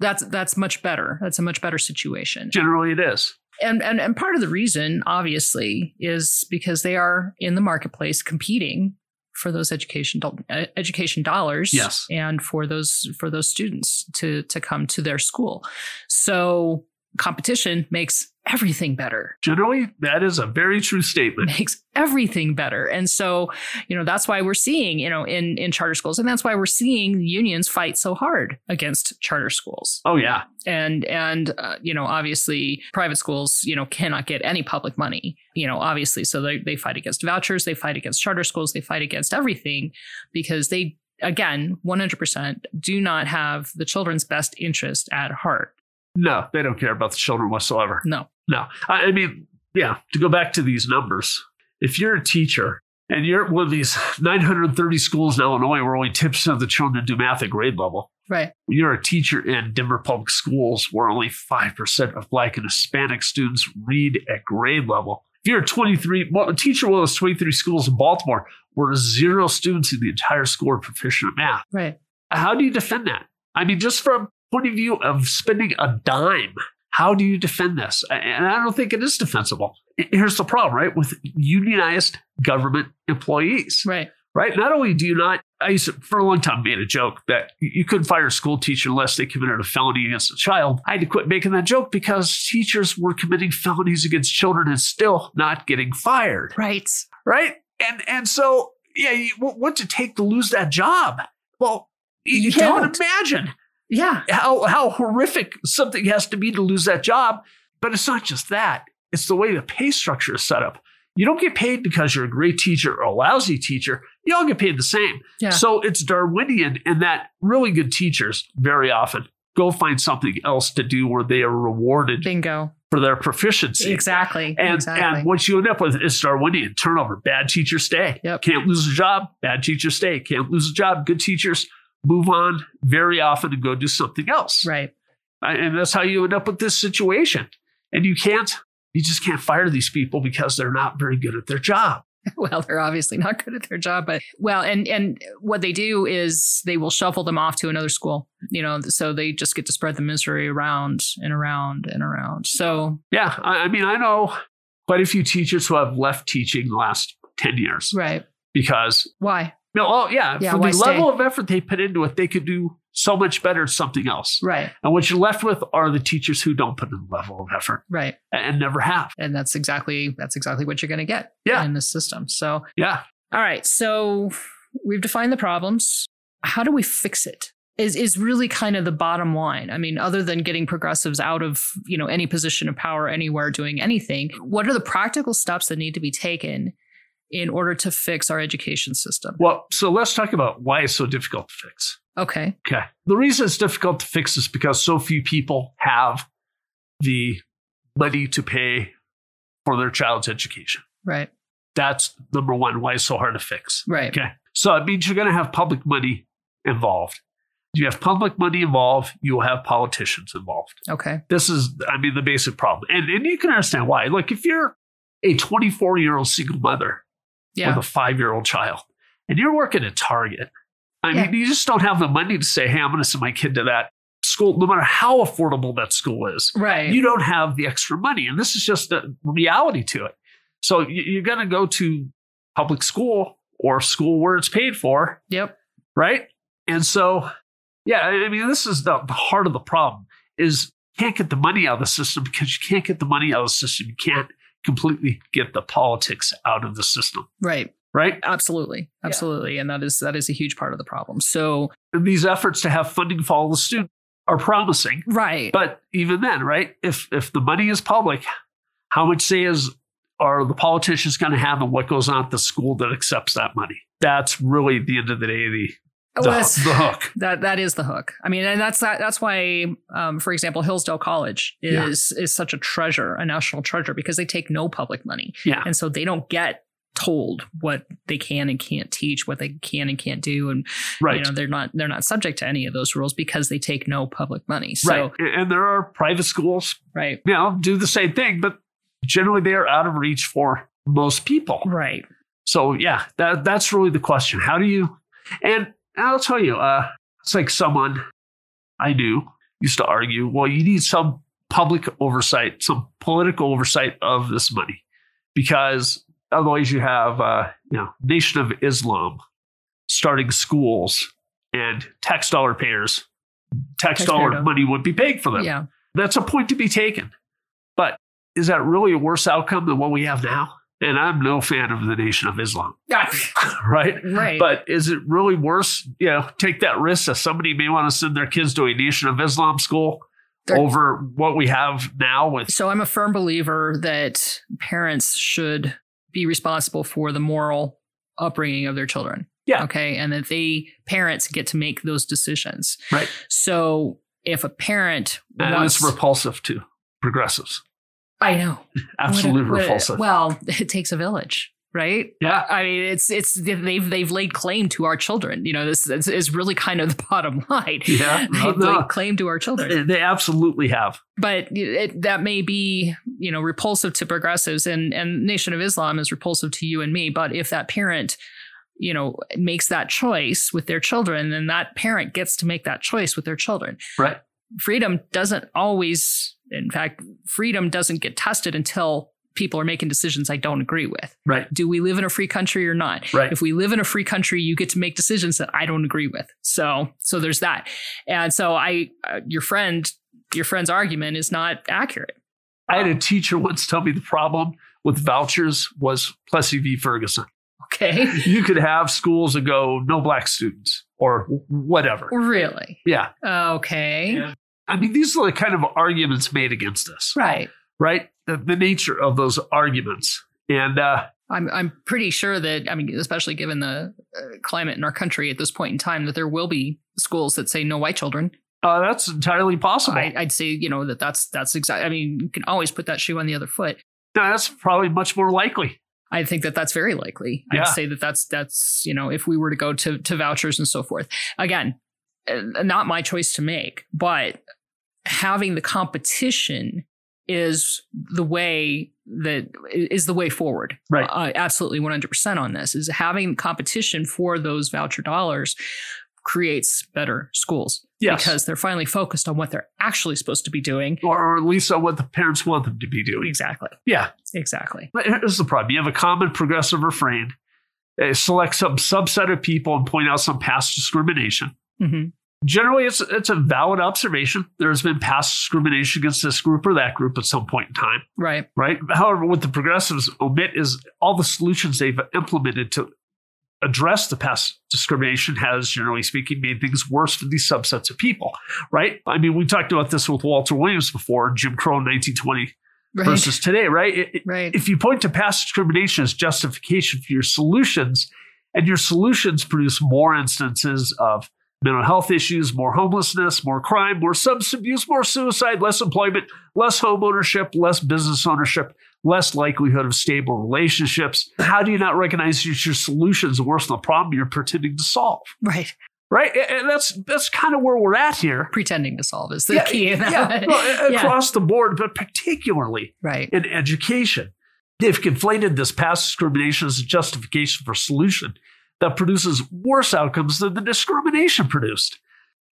Speaker 1: that's that's much better. That's a much better situation.
Speaker 2: Generally, it is.
Speaker 1: And and and part of the reason, obviously, is because they are in the marketplace competing for those education do- uh, education dollars
Speaker 2: Yes.
Speaker 1: and for those for those students to to come to their school. So competition makes everything better
Speaker 2: Generally, that is a very true statement.
Speaker 1: (laughs) makes everything better. And so, you know, that's why we're seeing, you know, in in charter schools and that's why we're seeing unions fight so hard against charter schools.
Speaker 2: Oh yeah,
Speaker 1: And and uh, you know, obviously private schools, you know, cannot get any public money, you know, obviously. So they they fight against vouchers, they fight against charter schools, they fight against everything because they again, 100% do not have the children's best interest at heart.
Speaker 2: no, they don't care about the children whatsoever.
Speaker 1: No.
Speaker 2: No, I, I mean, yeah. To go back to these numbers, if you're a teacher and you're at one of these 930 schools in Illinois where only 10% of the children do math at grade level,
Speaker 1: Right.
Speaker 2: you're a teacher in Denver Public Schools where only 5% of Black and Hispanic students read at grade level. If you're a 23, well, a teacher at one of those 23 schools in Baltimore where zero students in the entire school are proficient at math,
Speaker 1: Right.
Speaker 2: how do you defend that? I mean, just from point of view of spending a dime How do you defend this? And I don't think it is defensible. Here's the problem, right? With unionized government employees,
Speaker 1: Right.
Speaker 2: right? Not only do you not, I used to, for a long time, made a joke that you couldn't fire a school teacher unless they committed a felony against a child. I had to quit making that joke because teachers were committing felonies against children and still not getting fired,
Speaker 1: Right.
Speaker 2: right? And and so, yeah, you, what- what's it take to lose that job? Well, you,
Speaker 1: You
Speaker 2: can't
Speaker 1: don't.
Speaker 2: imagine
Speaker 1: Yeah.
Speaker 2: how how horrific something has to be to lose that job. But it's not just that; it's the way the pay structure is set up. You don't get paid because you're a great teacher or a lousy teacher. You all get paid the same.
Speaker 1: Yeah.
Speaker 2: So it's Darwinian in that really good teachers very often go find something else to do where they are rewarded
Speaker 1: Bingo.
Speaker 2: for their proficiency.
Speaker 1: Exactly.
Speaker 2: And
Speaker 1: exactly.
Speaker 2: and what you end up with is Darwinian turnover. Bad teachers stay.
Speaker 1: Yep.
Speaker 2: Can't lose a job. Bad teachers stay. Can't lose a job. Good teachers move on very often and go do
Speaker 1: (laughs)
Speaker 2: something else.
Speaker 1: right.
Speaker 2: I- And that's how you end up with this situation. And you can't, you just can't fire these people because they're not very good at their job.
Speaker 1: Well, they're obviously not good at their job, but well, and and what they do is they will shuffle them off to another school. You know, so they just get to spread the misery around and around and around. So
Speaker 2: Yeah. I, I mean, I know quite a few teachers who have left teaching the last 10 years
Speaker 1: right.
Speaker 2: because,
Speaker 1: Why?
Speaker 2: no, oh, yeah,
Speaker 1: Yeah,
Speaker 2: for
Speaker 1: why
Speaker 2: the
Speaker 1: stay?
Speaker 2: level of effort they put into it, they could do so much better at something else.
Speaker 1: Right.
Speaker 2: And what you're left with are the teachers who don't put in the level of effort
Speaker 1: Right.
Speaker 2: and, and never have.
Speaker 1: And that's exactly that's exactly what you're going to get
Speaker 2: Yeah.
Speaker 1: in this system. So
Speaker 2: Yeah.
Speaker 1: All right. So we've defined the problems. How do we fix it? Is is really kind of the bottom line. I mean, other than getting progressives out of, you know, any position of power anywhere doing anything, what are the practical steps that need to be taken in order to fix our education system?
Speaker 2: Well, so let's talk about why it's so difficult to fix.
Speaker 1: Okay.
Speaker 2: Okay. The reason it's difficult to fix is because so few people have the money to pay for their child's education.
Speaker 1: Right.
Speaker 2: That's number one, why it's so hard to fix.
Speaker 1: Right.
Speaker 2: Okay. So it means you're going to have public money involved. You have public money involved, you will have politicians involved.
Speaker 1: Okay.
Speaker 2: This is, I mean, the basic problem. And, and you can understand why. Like, if you're a 24 year old single mother
Speaker 1: Yeah.
Speaker 2: with a five year old child and you're working at Target. I
Speaker 1: Yeah.
Speaker 2: mean, you just don't have the money to say, hey, I'm going to send my kid to that school, no matter how affordable that school is.
Speaker 1: Right.
Speaker 2: You don't have the extra money. And this is just the reality to it. So you- you're going to go to public school or school where it's paid for,
Speaker 1: yep.
Speaker 2: right? And so, yeah, I I mean, this is the, the heart of the problem is you can't get the money out of the system because you can't get the money out of the system. You can't completely get the politics out of the system,
Speaker 1: Right.
Speaker 2: right?
Speaker 1: Absolutely.
Speaker 2: Yeah.
Speaker 1: Absolutely. And that is that is a huge part of the problem. So
Speaker 2: And these efforts to have funding follow the student are promising.
Speaker 1: right.
Speaker 2: But even then, right? If if the money is public, how much say is are the politicians going to have and what goes on at the school that accepts that money? That's really at the end of the day the, the,
Speaker 1: Well, it's-
Speaker 2: the hook.
Speaker 1: That that is the hook. I mean, and that's that, that's why, um, for example, Hillsdale College
Speaker 2: Yeah.
Speaker 1: is is such a treasure, a national treasure, because they take no public money, (laughs)
Speaker 2: Yeah.
Speaker 1: and so they don't get told what they can and can't teach, what they can and can't do, and
Speaker 2: Right.
Speaker 1: you know they're not they're not subject to any of those rules because they take no public money. So
Speaker 2: right. And- And there are private schools,
Speaker 1: right,
Speaker 2: you know, do the same thing, but generally they are out of reach for most people.
Speaker 1: right,
Speaker 2: So yeah, that that's really the question. How do you? And I'll tell you, uh, it's like someone I knew used to argue. Well, you need some public oversight, some political oversight of this money, because otherwise you have uh, you know Nation of Islam starting schools and tax dollar payers, tax
Speaker 1: Taxpayer
Speaker 2: dollar
Speaker 1: dollars.
Speaker 2: money would be paid for them.
Speaker 1: yeah,
Speaker 2: That's a point to be taken. But is that really a worse outcome than what we have now? And I'm no fan of the Nation of Islam, (laughs) right?
Speaker 1: right,
Speaker 2: But is it really worse? You know, take that risk that somebody may want to send their kids to a Nation of Islam school
Speaker 1: They're-
Speaker 2: over what we have now with
Speaker 1: So I'm a firm believer that parents should be responsible for the moral upbringing of their children.
Speaker 2: Yeah.
Speaker 1: Okay. And that they, parents, get to make those decisions.
Speaker 2: Right.
Speaker 1: So if a parent
Speaker 2: and
Speaker 1: wants,
Speaker 2: it's repulsive to progressives.
Speaker 1: I know,
Speaker 2: Absolutely
Speaker 1: What a- what a-
Speaker 2: repulsive.
Speaker 1: well, (laughs) it takes a village, right?
Speaker 2: yeah.
Speaker 1: I mean, it's it's they've they've laid claim to our children. You know, this is, is really kind of the bottom (laughs) line.
Speaker 2: Yeah. No,
Speaker 1: They've
Speaker 2: no.
Speaker 1: laid claim to our children.
Speaker 2: They- They absolutely have.
Speaker 1: but it, that may be you know repulsive to progressives and and nation of islam is repulsive to you and me but if that parent you know makes that choice with their children then that parent gets to make that choice with their children
Speaker 2: Right.
Speaker 1: freedom doesn't always In fact, freedom doesn't get tested until people are making decisions I don't agree with.
Speaker 2: Right.
Speaker 1: Do we live in a free country or not?
Speaker 2: Right.
Speaker 1: If we live in a free country, you get to make decisions that I don't agree with. So, so there's that. And so I, uh, your friend, your friend's argument is not accurate. (laughs)
Speaker 2: I had a teacher once tell me the problem with vouchers was Plessy v. Ferguson.
Speaker 1: Okay.
Speaker 2: You could have schools that go no black students or whatever.
Speaker 1: really?
Speaker 2: Yeah.
Speaker 1: Okay.
Speaker 2: Yeah. I mean, these are the kind of arguments made against us,
Speaker 1: Right.
Speaker 2: right? The, the nature of those arguments. And uh,
Speaker 1: I'm I'm pretty sure that I mean, especially given the uh, climate in our country at this point in time, that there will be schools that say no white children.
Speaker 2: uh, that's entirely possible.
Speaker 1: I, I'd say you know that that's that's exactly. I mean, you can always put that shoe on the other foot.
Speaker 2: Now, that's probably much more likely.
Speaker 1: I think that that's very likely.
Speaker 2: Yeah.
Speaker 1: I'd say that that's that's you know if we were to go to to vouchers and so forth. Again, uh, not my choice to make, but having the competition is the way that is the way forward.
Speaker 2: Right.
Speaker 1: Uh, absolutely 100% on this is having competition for those voucher dollars creates better schools
Speaker 2: Yes.
Speaker 1: because they're finally focused on what they're actually supposed to be doing.
Speaker 2: or, or at least on what the parents want them to be doing.
Speaker 1: Exactly.
Speaker 2: Yeah.
Speaker 1: Exactly.
Speaker 2: But here's the problem you have a common progressive refrain, uh, select some subset of people and point out some past discrimination.
Speaker 1: hmm
Speaker 2: Generally, it's, it's a valid observation. There's been past discrimination against this group or that group at some point in time,
Speaker 1: Right.
Speaker 2: right? However, what the progressives omit is all the solutions they've implemented to address the past discrimination has, generally speaking, made things worse for these subsets of people, right? I mean, we talked about this with Walter Williams before, Jim Crow in 1920
Speaker 1: Right.
Speaker 2: versus today, right? It- it-
Speaker 1: right.
Speaker 2: if you point to past discrimination as justification for your solutions, and your solutions produce more instances of mental health issues, more homelessness, more crime, more substance abuse, more suicide, less employment, less home ownership, less business ownership, less likelihood of stable relationships, how do you not recognize that your solutions worse than the problem you're pretending to solve?
Speaker 1: right.
Speaker 2: Right? And- And that's that's kind of where we're at here.
Speaker 1: Pretending to solve is the
Speaker 2: Yeah,
Speaker 1: key. in that
Speaker 2: Yeah,
Speaker 1: one.
Speaker 2: well,
Speaker 1: (laughs)
Speaker 2: a-
Speaker 1: Yeah.
Speaker 2: across the board, but particularly
Speaker 1: Right.
Speaker 2: in education. They've conflated this past discrimination as a justification for solution that produces worse outcomes than the discrimination produced.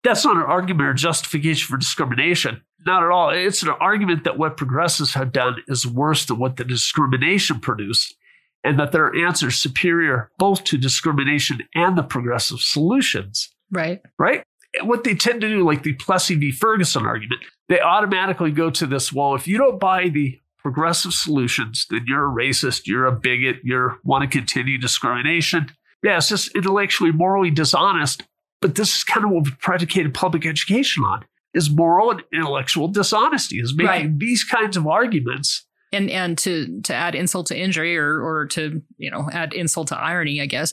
Speaker 2: That's not an argument or justification for discrimination. Not at all. It's an argument that what progressives have done is worse than what the discrimination produced, and that their answer is superior both to discrimination and the progressive solutions
Speaker 1: Right.
Speaker 2: right? What they tend to do, like the Plessy v. Ferguson argument, they automatically go to this well, if you don't buy the progressive solutions, then you're a racist, you're a bigot, you want to continue discrimination. Yeah, it's just intellectually, morally dishonest. But this is kind of what we predicated public education on is moral and intellectual dishonesty, is making
Speaker 1: Right.
Speaker 2: these kinds of arguments.
Speaker 1: And and to to add insult to injury or or to, you know, add insult to irony, I guess,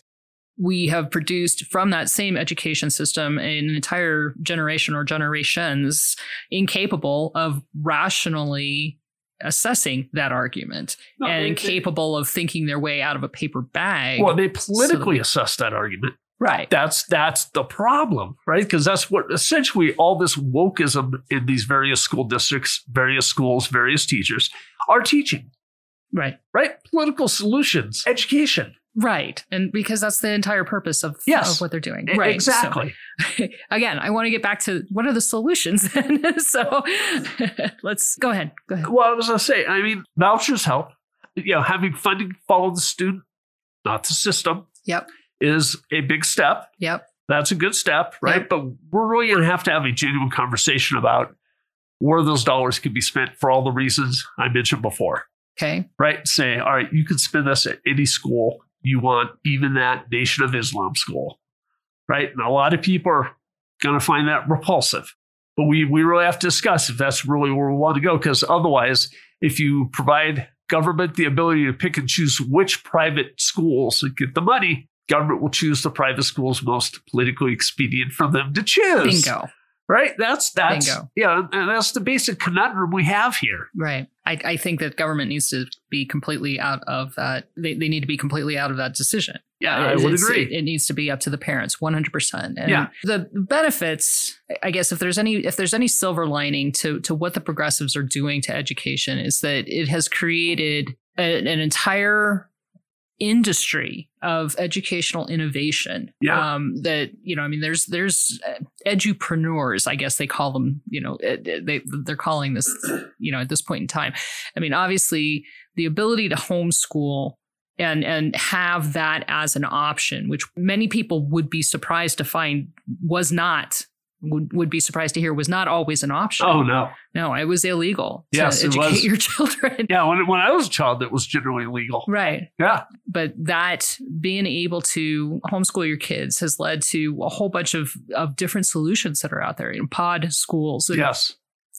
Speaker 1: we have produced from that same education system an entire generation or generations incapable of rationally assessing that argument and incapable of thinking their way out of a paper bag.
Speaker 2: well, they politically assess that argument.
Speaker 1: right.
Speaker 2: that's that's the problem, right? Because that's what essentially all this wokeism in these various school districts, various schools, various teachers are teaching,
Speaker 1: Right.
Speaker 2: right? Political solutions, education,
Speaker 1: Right. And because that's the entire purpose of,
Speaker 2: Yes.
Speaker 1: of what they're doing.
Speaker 2: E-
Speaker 1: Right. So-
Speaker 2: exactly.
Speaker 1: (laughs) again, I want to get back to what are the solutions (laughs) then? so let's go ahead. Go ahead.
Speaker 2: Well, I was gonna say, I mean, vouchers help. You know, having funding follow the student, not the system,
Speaker 1: Yep.
Speaker 2: is a big step.
Speaker 1: Yep.
Speaker 2: That's a good step, right?
Speaker 1: Yep.
Speaker 2: But we're really gonna have to have a genuine conversation about where those dollars could be spent for all the reasons I mentioned before.
Speaker 1: Okay.
Speaker 2: right? Say, all right, you can spend this at any school you want, even that Nation of Islam school, right? And a lot of people are going to find that repulsive. But we, we really have to discuss if that's really where we want to go, because otherwise, if you provide government the ability to pick and choose which private schools that get the money, government will choose the private schools most politically expedient for them to choose.
Speaker 1: Bingo.
Speaker 2: Right? That's that's
Speaker 1: Bingo.
Speaker 2: yeah, and that's the basic conundrum we have here.
Speaker 1: Right. I, I think that government needs to be completely out of that. They, they need to be completely out of that decision.
Speaker 2: Yeah, I
Speaker 1: It-
Speaker 2: would
Speaker 1: Uh, it's-
Speaker 2: agree.
Speaker 1: It, it needs to be up to the parents, one hundred percent. And
Speaker 2: Yeah.
Speaker 1: the benefits, I guess, if there's any if there's any silver lining to to what the progressives are doing to education, is that it has created a- an entire industry of educational innovation.
Speaker 2: Yeah.
Speaker 1: Um, that you know, I mean, there's there's uh, edupreneurs, I guess they call them. You know, ed- ed- they they're calling this. You know, at this point in time, I mean, obviously the ability to homeschool and and have that as an option, which many people would be surprised to find was not. Would, would be surprised to hear was not always an option.
Speaker 2: Oh no.
Speaker 1: No, it was illegal
Speaker 2: Yes,
Speaker 1: to
Speaker 2: it
Speaker 1: educate
Speaker 2: was.
Speaker 1: your (laughs) children.
Speaker 2: Yeah, when when I was a child, it was generally legal.
Speaker 1: Right.
Speaker 2: Yeah.
Speaker 1: But that being able to homeschool your kids has led to a whole bunch of, of different solutions that are out there in pod schools and,
Speaker 2: Yes.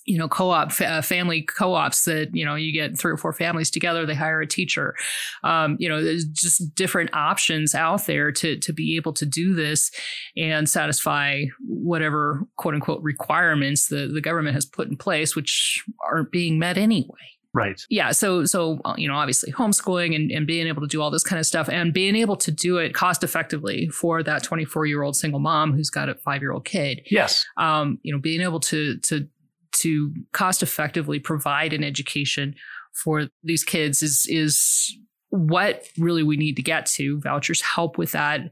Speaker 1: you know, co-op fa- uh, family co-ops that, you know, you get three or four families together, they hire a teacher. Um, you know, there's just different options out there to, to be able to do this and satisfy whatever quote unquote requirements the, the government has put in place, which aren't being met anyway
Speaker 2: Right.
Speaker 1: yeah so so uh, you know obviously homeschooling and, and being able to do all this kind of stuff and being able to do it cost effectively for that 24 year old single mom who's got a five year old kid
Speaker 2: Yes.
Speaker 1: um, you know being able to to to cost effectively provide an education for these kids is is what really we need to get to vouchers help with that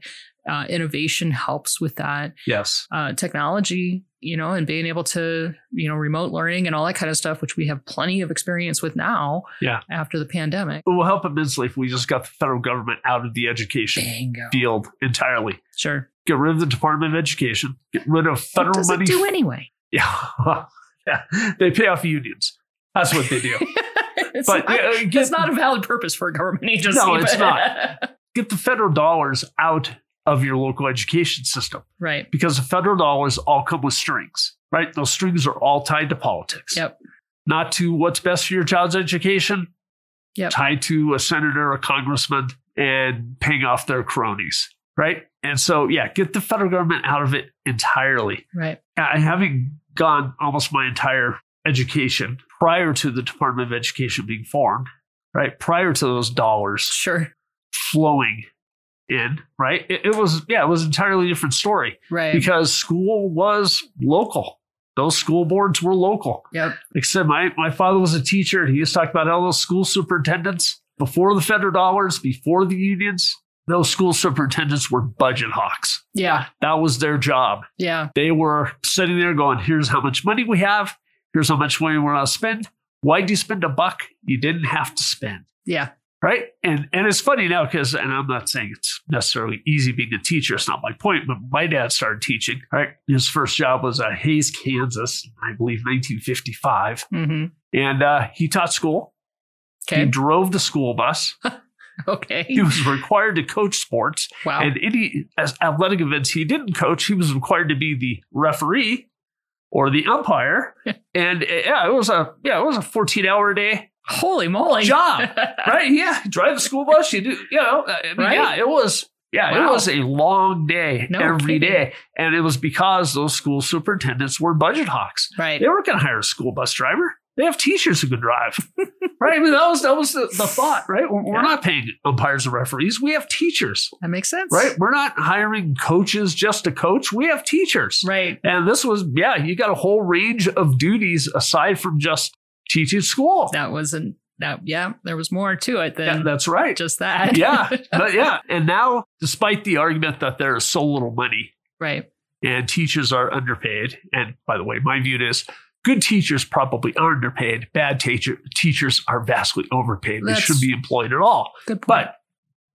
Speaker 1: uh, innovation helps with that
Speaker 2: Yes.
Speaker 1: uh, technology, you know, and being able to, you know, remote learning and all that kind of stuff, which we have plenty of experience with now.
Speaker 2: Yeah.
Speaker 1: After the pandemic.
Speaker 2: It will help immensely if we just got the federal government out of the education
Speaker 1: Bingo.
Speaker 2: field entirely.
Speaker 1: Sure.
Speaker 2: Get rid of the Department of Education. Get rid of
Speaker 1: What
Speaker 2: federal
Speaker 1: does
Speaker 2: money.
Speaker 1: it do anyway?
Speaker 2: (laughs) yeah. yeah. They pay off unions. That's what
Speaker 1: (laughs)
Speaker 2: they do.
Speaker 1: it's,
Speaker 2: but
Speaker 1: not,
Speaker 2: uh,
Speaker 1: it's
Speaker 2: get,
Speaker 1: not a valid purpose for a government agency.
Speaker 2: No, it's
Speaker 1: but-
Speaker 2: get the federal dollars out of your local education system
Speaker 1: (laughs) right.
Speaker 2: because the federal dollars all come with strings, right? Those strings are all tied to politics.
Speaker 1: Yep.
Speaker 2: Not to what's best for your child's education.
Speaker 1: Yep.
Speaker 2: Tied to a senator, a congressman, and paying off their cronies, right? And so, yeah, get the federal government out of it entirely.
Speaker 1: Right.
Speaker 2: I, having gone almost my entire education prior to the Department of Education being formed, right? Prior to those dollars
Speaker 1: Sure.
Speaker 2: flowing in, right? It, it was, yeah, it was an entirely different story
Speaker 1: Right.
Speaker 2: because school was local. Those school boards were local.
Speaker 1: yep.
Speaker 2: Like I said, my, my father was a teacher and he used to talk about all those school superintendents before the federal dollars, before the unions. Those school superintendents were budget hawks.
Speaker 1: Yeah.
Speaker 2: That was their job.
Speaker 1: Yeah.
Speaker 2: They were sitting there going, here's how much money we have. Here's how much money we're going to spend. Why'd you spend a buck you didn't have to spend?
Speaker 1: Yeah.
Speaker 2: right and and it's funny now because and i'm not saying it's necessarily easy being a teacher it's not my point but my dad started teaching right his first job was at hayes kansas i believe 1955
Speaker 1: hmm
Speaker 2: and uh, he taught school he
Speaker 1: Okay.
Speaker 2: drove the school bus
Speaker 1: (laughs) Okay.
Speaker 2: he was required to coach sports
Speaker 1: Wow.
Speaker 2: and any as athletic events he didn't coach he was required to be the referee or the
Speaker 1: (laughs)
Speaker 2: umpire and uh, yeah it was a yeah it was a 14 hour day
Speaker 1: Holy moly.
Speaker 2: Job. right? Yeah, drive the school bus. You do, you know. uh, I mean,
Speaker 1: Right?
Speaker 2: Yeah, it was. Yeah,
Speaker 1: Wow.
Speaker 2: it was a long day
Speaker 1: No
Speaker 2: every day,
Speaker 1: kidding.
Speaker 2: and it was because those school superintendents were budget hawks.
Speaker 1: (laughs) right.
Speaker 2: They weren't going to hire a school bus driver. They have teachers who
Speaker 1: (laughs)
Speaker 2: can drive, right? I mean, that was that was the, the thought, right? We're, we're
Speaker 1: Yeah.
Speaker 2: not paying umpires and referees. We have teachers,
Speaker 1: That makes sense.
Speaker 2: right? We're not hiring coaches just to coach. We have teachers,
Speaker 1: Right.
Speaker 2: and this was yeah. You got a whole range of duties aside from just teaching school.
Speaker 1: That wasn't that. Yeah. There was more to it
Speaker 2: Yeah,
Speaker 1: than (laughs)
Speaker 2: that's right.
Speaker 1: just that.
Speaker 2: yeah, but yeah. And now, despite the argument that there is so little money
Speaker 1: right.
Speaker 2: and teachers are underpaid, and by the way, my view is good teachers probably are underpaid. Bad teacher, teachers are vastly overpaid. they
Speaker 1: That's-
Speaker 2: shouldn't be employed at all.
Speaker 1: Good point.
Speaker 2: But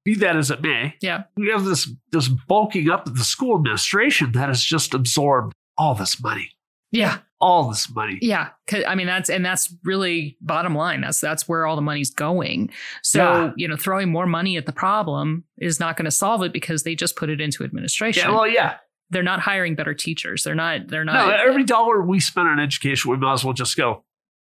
Speaker 2: be that as it may,
Speaker 1: Yeah.
Speaker 2: we have this this bulking up of the school administration that has just absorbed all this money,
Speaker 1: yeah.
Speaker 2: all this money.
Speaker 1: Yeah, 'cause- I mean that's and that's really bottom line. That's that's where all the money's going. So
Speaker 2: Yeah.
Speaker 1: you know, throwing more money at the problem is not going to solve it because they just put it into administration.
Speaker 2: Yeah, well, yeah.
Speaker 1: they're not hiring better teachers. They're not. They're
Speaker 2: No,
Speaker 1: not.
Speaker 2: every dollar we spend on education, we might as well just go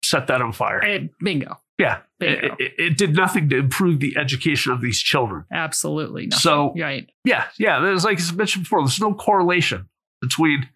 Speaker 2: set that on fire.
Speaker 1: Eh, bingo.
Speaker 2: Yeah, it,
Speaker 1: Bingo.
Speaker 2: it, it did nothing to improve the education of these children.
Speaker 1: Absolutely not.
Speaker 2: So
Speaker 1: Right.
Speaker 2: yeah, yeah, there's like I mentioned before, there's no correlation between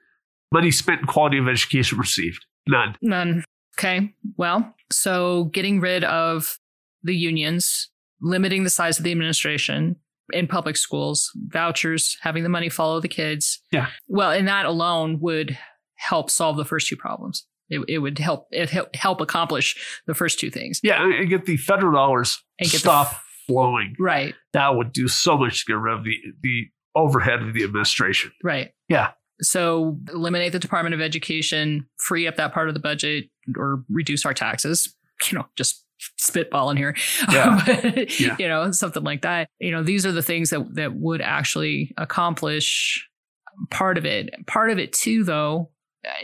Speaker 2: money spent and quality of education received. None.
Speaker 1: None. Okay. Well, so getting rid of the unions, limiting the size of the administration in public schools, vouchers, having the money follow the kids.
Speaker 2: Yeah.
Speaker 1: Well, and that alone would help solve the first two problems. It, it would help it help, help accomplish the first two things
Speaker 2: Yeah, and get the federal dollars
Speaker 1: and get
Speaker 2: stop
Speaker 1: the
Speaker 2: flowing.
Speaker 1: Right.
Speaker 2: That would do so much to get rid of the, the overhead of the administration.
Speaker 1: Right.
Speaker 2: Yeah.
Speaker 1: So eliminate the Department of Education, free up that part of the budget, or reduce our taxes. You know, just spitballing here. (laughs)
Speaker 2: Yeah.
Speaker 1: But,
Speaker 2: Yeah.
Speaker 1: You know, something like that. You know, these are the things that that would actually accomplish part of it. Part of it too, though,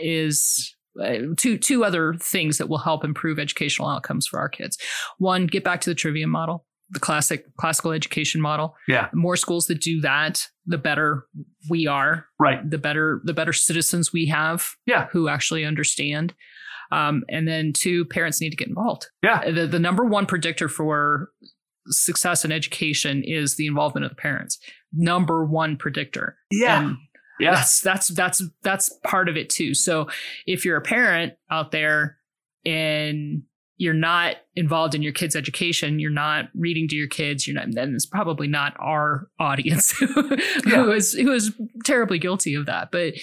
Speaker 1: is uh, two two other things that will help improve educational outcomes for our kids. One, get back to the trivia model, the classic classical education model.
Speaker 2: Yeah.
Speaker 1: More schools that do that, the better we are
Speaker 2: Right.
Speaker 1: the better the better citizens we have
Speaker 2: Yeah.
Speaker 1: who actually understand um, and then two parents need to get involved
Speaker 2: Yeah.
Speaker 1: the, the number one predictor for success in education is the involvement of the parents number one predictor
Speaker 2: Yeah.
Speaker 1: And
Speaker 2: yeah.
Speaker 1: that's that's that's that's part of it too so if you're a parent out there and you're not involved in your kids education you're not reading to your kids you're not then it's probably not our audience (laughs)
Speaker 2: Yeah.
Speaker 1: who is who is terribly guilty of that but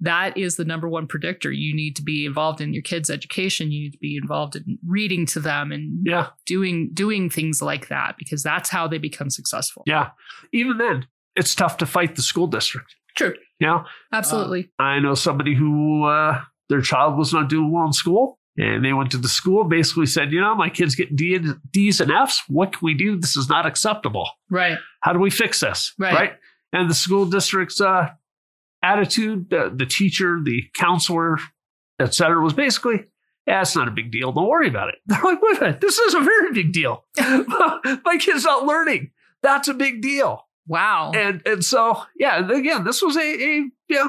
Speaker 1: that is the number one predictor you need to be involved in your kids education you need to be involved in reading to them and
Speaker 2: Yeah.
Speaker 1: doing doing things like that because that's how they become successful
Speaker 2: Yeah. Even then, it's tough to fight the school district.
Speaker 1: true
Speaker 2: You know,
Speaker 1: absolutely
Speaker 2: I know somebody who uh, their child was not doing well in school, and they went to the school basically said, you know, my kids get D and, D's and F's. What can we do? This is not acceptable.
Speaker 1: right
Speaker 2: How do we fix this?
Speaker 1: Right.
Speaker 2: And the school district's uh, attitude, the, the teacher, the counselor, et cetera, was basically, yeah, it's not a big deal. Don't worry about it. (laughs) They're like, wait a minute, this is a very big deal. (laughs) my kid's not learning. That's a big deal
Speaker 1: wow
Speaker 2: and and so yeah and again this was a, a yeah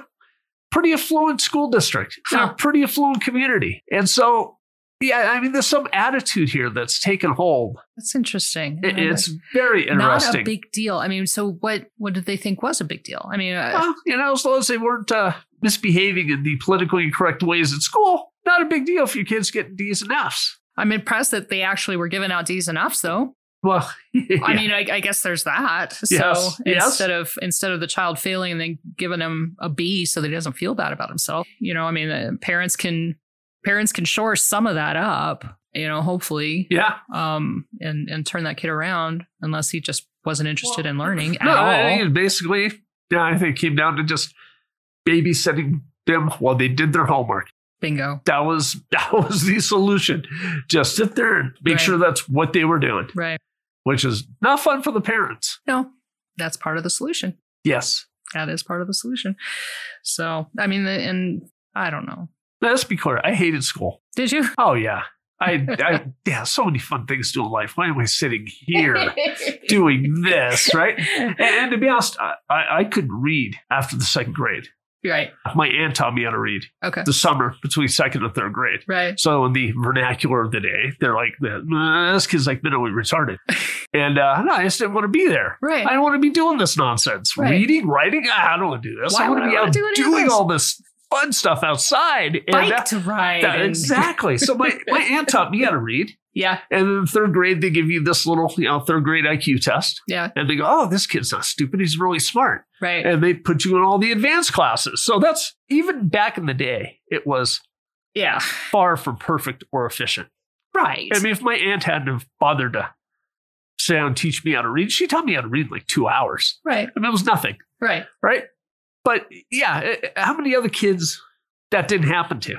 Speaker 2: pretty affluent school district in
Speaker 1: Yeah.
Speaker 2: a pretty affluent community and so yeah i mean there's some attitude here that's taken hold
Speaker 1: That's interesting.
Speaker 2: It- it's very interesting
Speaker 1: Not a big deal. I mean, so what? What did they think was a big deal? I mean, uh,
Speaker 2: Well, you know as long as they weren't uh, misbehaving in the politically incorrect ways at school not a big deal if your kids get d's and f's
Speaker 1: I'm impressed that they actually were giving out D's and F's, though.
Speaker 2: well (laughs)
Speaker 1: I mean, I, I guess there's that. So
Speaker 2: Yes, yes.
Speaker 1: instead of instead of the child failing and then giving him a B so that he doesn't feel bad about himself, you know, I mean, uh, parents can parents can shore some of that up, you know, hopefully,
Speaker 2: yeah
Speaker 1: um, and and turn that kid around unless he just wasn't interested in learning at
Speaker 2: no,
Speaker 1: all.
Speaker 2: I mean, basically yeah i think it came down to just babysitting them while they did their homework
Speaker 1: Bingo.
Speaker 2: that was (laughs) that was the solution. Just sit there and make
Speaker 1: Right.
Speaker 2: sure that's what they were doing,
Speaker 1: Right.
Speaker 2: which is not fun for the parents.
Speaker 1: No, that's part of the solution.
Speaker 2: Yes,
Speaker 1: that is part of the solution. So, I mean, and I don't know.
Speaker 2: now, let's be clear. I hated school.
Speaker 1: Did you?
Speaker 2: Oh yeah, I,
Speaker 1: (laughs)
Speaker 2: I yeah, so many fun things to do in life. Why am I sitting
Speaker 1: (laughs)
Speaker 2: here doing this? Right. And, and to be honest, I, I I couldn't read after the second grade.
Speaker 1: right.
Speaker 2: My aunt taught me how to read
Speaker 1: Okay.
Speaker 2: the summer between second and third grade.
Speaker 1: Right.
Speaker 2: So in the vernacular of the day, they're like, "Nah, "This kid's like mentally
Speaker 1: (laughs)
Speaker 2: retarded," and uh, no, I just didn't want to be there.
Speaker 1: Right.
Speaker 2: I don't want to be doing this nonsense.
Speaker 1: Right.
Speaker 2: Reading, writing, ah, I don't want to do this.
Speaker 1: Why
Speaker 2: I
Speaker 1: would
Speaker 2: want to
Speaker 1: I
Speaker 2: be
Speaker 1: wanna
Speaker 2: out
Speaker 1: do any of
Speaker 2: doing
Speaker 1: this?
Speaker 2: all this fun stuff outside. And
Speaker 1: Bike
Speaker 2: that-
Speaker 1: to ride.
Speaker 2: that-
Speaker 1: and-
Speaker 2: exactly. So my, my aunt taught me how to read.
Speaker 1: Yeah.
Speaker 2: And then in third grade, they give you this little, you know, third grade IQ test.
Speaker 1: Yeah.
Speaker 2: And they go, oh, this kid's not stupid. He's really smart.
Speaker 1: Right.
Speaker 2: And they put you in all the advanced classes. So that's even back in the day, it was
Speaker 1: yeah.
Speaker 2: far from perfect or efficient.
Speaker 1: Right.
Speaker 2: I mean, if my aunt hadn't have bothered to sit down and teach me how to read, she taught me how to read in like two hours.
Speaker 1: right.
Speaker 2: I mean, it was nothing.
Speaker 1: Right.
Speaker 2: right? But yeah, eh, how many other kids that didn't happen to,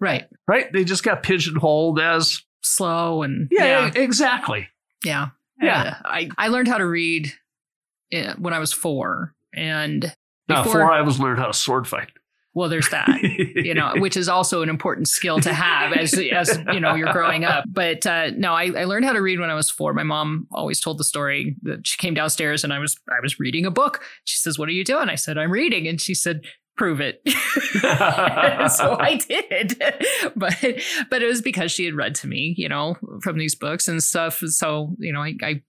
Speaker 1: Right.
Speaker 2: right? They just got pigeonholed as
Speaker 1: Slow and
Speaker 2: yeah, exactly.
Speaker 1: Yeah.
Speaker 2: Yeah.
Speaker 1: Uh, I, I learned how to read uh, when I was four. And
Speaker 2: Now,
Speaker 1: Before-
Speaker 2: before I was learned how to sword fight,
Speaker 1: well, there's
Speaker 2: (laughs)
Speaker 1: that. you know, which is also an important skill to have as as you know you're growing up. But uh, no, I, I learned how to read when I was four. My mom always told the story that she came downstairs and I was I was reading a book. She says, "What are you doing?" I said, "I'm reading," and she said, "Prove it." (laughs)
Speaker 2: (laughs)
Speaker 1: so I did, (laughs) but but it was because she had read to me, you know, from these books and stuff. So you know, I, I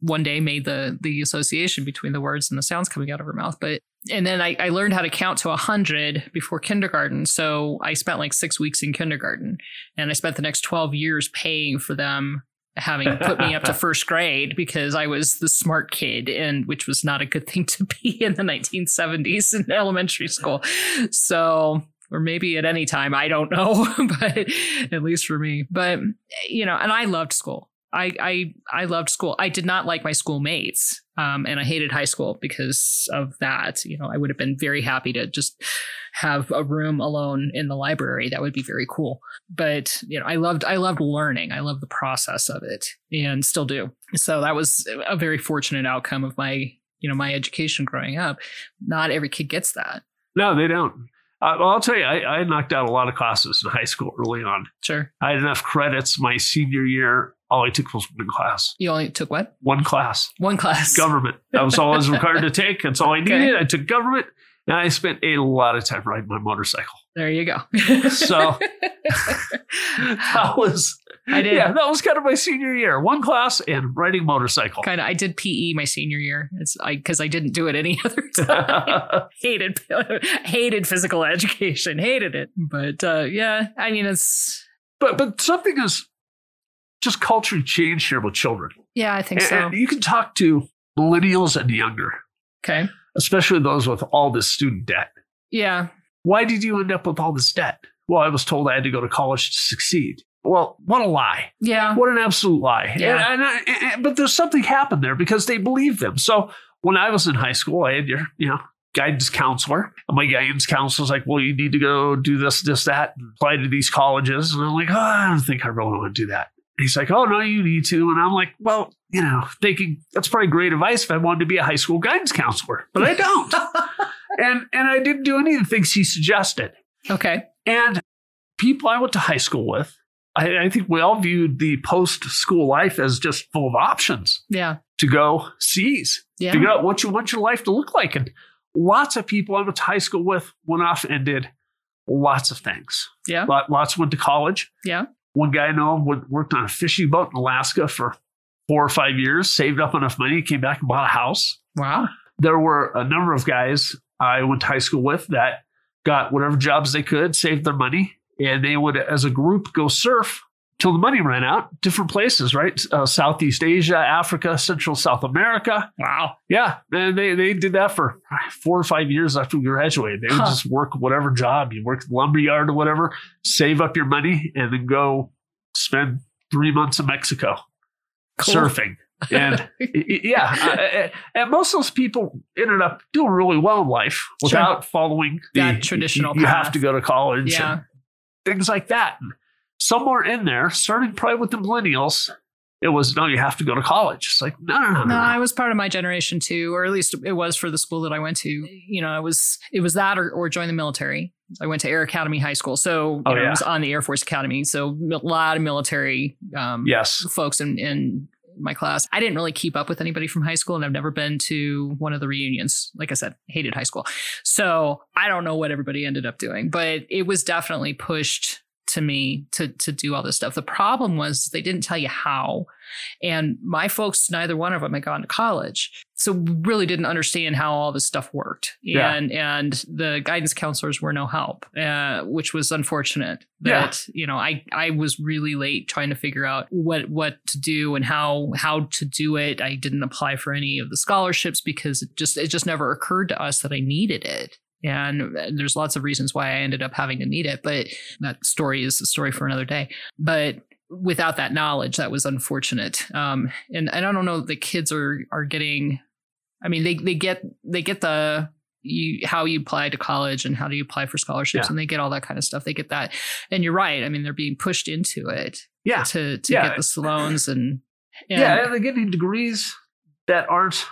Speaker 1: one day made the the association between the words and the sounds coming out of her mouth. But and then I, I learned how to count to hundred before kindergarten. So I spent like six weeks in kindergarten, and I spent the next twelve years paying for them having put me up to first grade because I was the smart kid and which was not a good thing to be (laughs) in the 1970s in elementary school. So or maybe at any (laughs) time, I don't know, but at least for me. But you know, and I loved school. I I I loved school. I did not like my schoolmates, um, and I hated high school because of that. You know, I would have been very happy to just have a room alone in the library. That would be very cool. But you know, I loved I loved learning. I loved the process of it, and still do. So that was a very fortunate outcome of my you know my education growing up. Not every kid gets that.
Speaker 2: No, they don't. Uh, well, I'll tell you, I, I knocked out a lot of classes in high school early on.
Speaker 1: Sure,
Speaker 2: I had enough credits my senior year. All I took was one class.
Speaker 1: you only took what
Speaker 2: One class.
Speaker 1: one class.
Speaker 2: Government. That was all I was required to take. That's all I
Speaker 1: Okay.
Speaker 2: needed. I took government. And I spent a lot of time riding my motorcycle.
Speaker 1: There you
Speaker 2: (laughs)
Speaker 1: go. (laughs)
Speaker 2: So that was
Speaker 1: I did.
Speaker 2: Yeah, that was kind of my senior year. One class and riding motorcycle. (laughs)
Speaker 1: kind of i did pe my senior year it's i because i didn't do it any (laughs) other time hated (laughs) hated physical education hated it but uh yeah i mean it's
Speaker 2: but but something is just culture change here with children.
Speaker 1: yeah i think
Speaker 2: And-
Speaker 1: so
Speaker 2: and you can talk to millennials and younger,
Speaker 1: okay
Speaker 2: especially those with all this student debt.
Speaker 1: yeah
Speaker 2: Why did you end up with all this debt? Well, I was told I had to go to college to succeed. Well, what a lie.
Speaker 1: yeah
Speaker 2: What an absolute lie.
Speaker 1: Yeah.
Speaker 2: And, and I- and- and- but there's something happened there because they believed them. So when I was in high school, I had your, you know, guidance counselor. And my guidance counselor's like, well, you need to go do this, this, that, and apply to these colleges. And I'm like, oh, I don't think I really want to do that. And He's like, oh, no, you need to. And I'm like, well, you know, thinking that's probably great advice if I wanted to be a high school guidance counselor, but
Speaker 1: (laughs)
Speaker 2: I don't. and, and I didn't do any of the things he suggested.
Speaker 1: okay
Speaker 2: And people I went to high school with, I, I think we all viewed the post school life as just full of options
Speaker 1: yeah
Speaker 2: to go seize,
Speaker 1: yeah
Speaker 2: figure out what you want your life to look like. And lots of people I went to high school with went off and did lots of things.
Speaker 1: Yeah.
Speaker 2: Lot- lots went to college.
Speaker 1: Yeah.
Speaker 2: One guy I know went, worked on a fishing boat in Alaska for four or five years, saved up enough money, came back and bought a house
Speaker 1: wow
Speaker 2: there were a number of guys I went to high school with that got whatever jobs they could, saved their money, and they would, as a group, go surf till the money ran out. Different places, right? Uh, Southeast Asia, Africa, Central South America.
Speaker 1: wow
Speaker 2: Yeah, and they they did that for four or five years after we graduated. They would
Speaker 1: Huh.
Speaker 2: just work whatever job you work, lumberyard or whatever, save up your money, and then go spend three months in Mexico
Speaker 1: Cool.
Speaker 2: surfing. And y- y- yeah,
Speaker 1: (laughs)
Speaker 2: I- I- and most of those people ended up doing really well in life without following the
Speaker 1: That traditional
Speaker 2: You, you
Speaker 1: path.
Speaker 2: have to go to college,
Speaker 1: yeah
Speaker 2: and things like that. And somewhere in there, starting probably with the millennials, it was no, you have to go to college. It's like no, no, no, no,
Speaker 1: No,
Speaker 2: no.
Speaker 1: I was part of my generation too, or at least it was for the school that I went to. You know, it was it was that or, or join the military. I went to Air Academy High School, so you
Speaker 2: Oh,
Speaker 1: know,
Speaker 2: yeah.
Speaker 1: it was on the Air Force Academy. So a lot of military um,
Speaker 2: yes,
Speaker 1: folks in in my class. I didn't really keep up with anybody from high school, and I've never been to one of the reunions. Like I said, hated high school, so I don't know what everybody ended up doing, but it was definitely pushed to me to to do all this stuff. The problem was they didn't tell you how, and my folks, neither one of them had gone to college, so really didn't understand how all this stuff worked,
Speaker 2: Yeah.
Speaker 1: and and the guidance counselors were no help, uh, which was unfortunate.
Speaker 2: Yeah.
Speaker 1: That you know, I I was really late trying to figure out what what to do and how how to do it. I didn't apply for any of the scholarships because it just it just never occurred to us that I needed it. And uh, there's lots of reasons why I ended up having to need it, but that story is a story for another day. But without that knowledge, that was unfortunate. Um, and, and I don't know, the kids are are getting. I mean, they they get they get the you how you apply to college and how do you apply for scholarships
Speaker 2: Yeah.
Speaker 1: and they get all that kind of stuff. They get that, and you're right. I mean, they're being pushed into it
Speaker 2: yeah,
Speaker 1: to to
Speaker 2: Yeah.
Speaker 1: get the loans and, and
Speaker 2: yeah, and they're getting degrees that aren't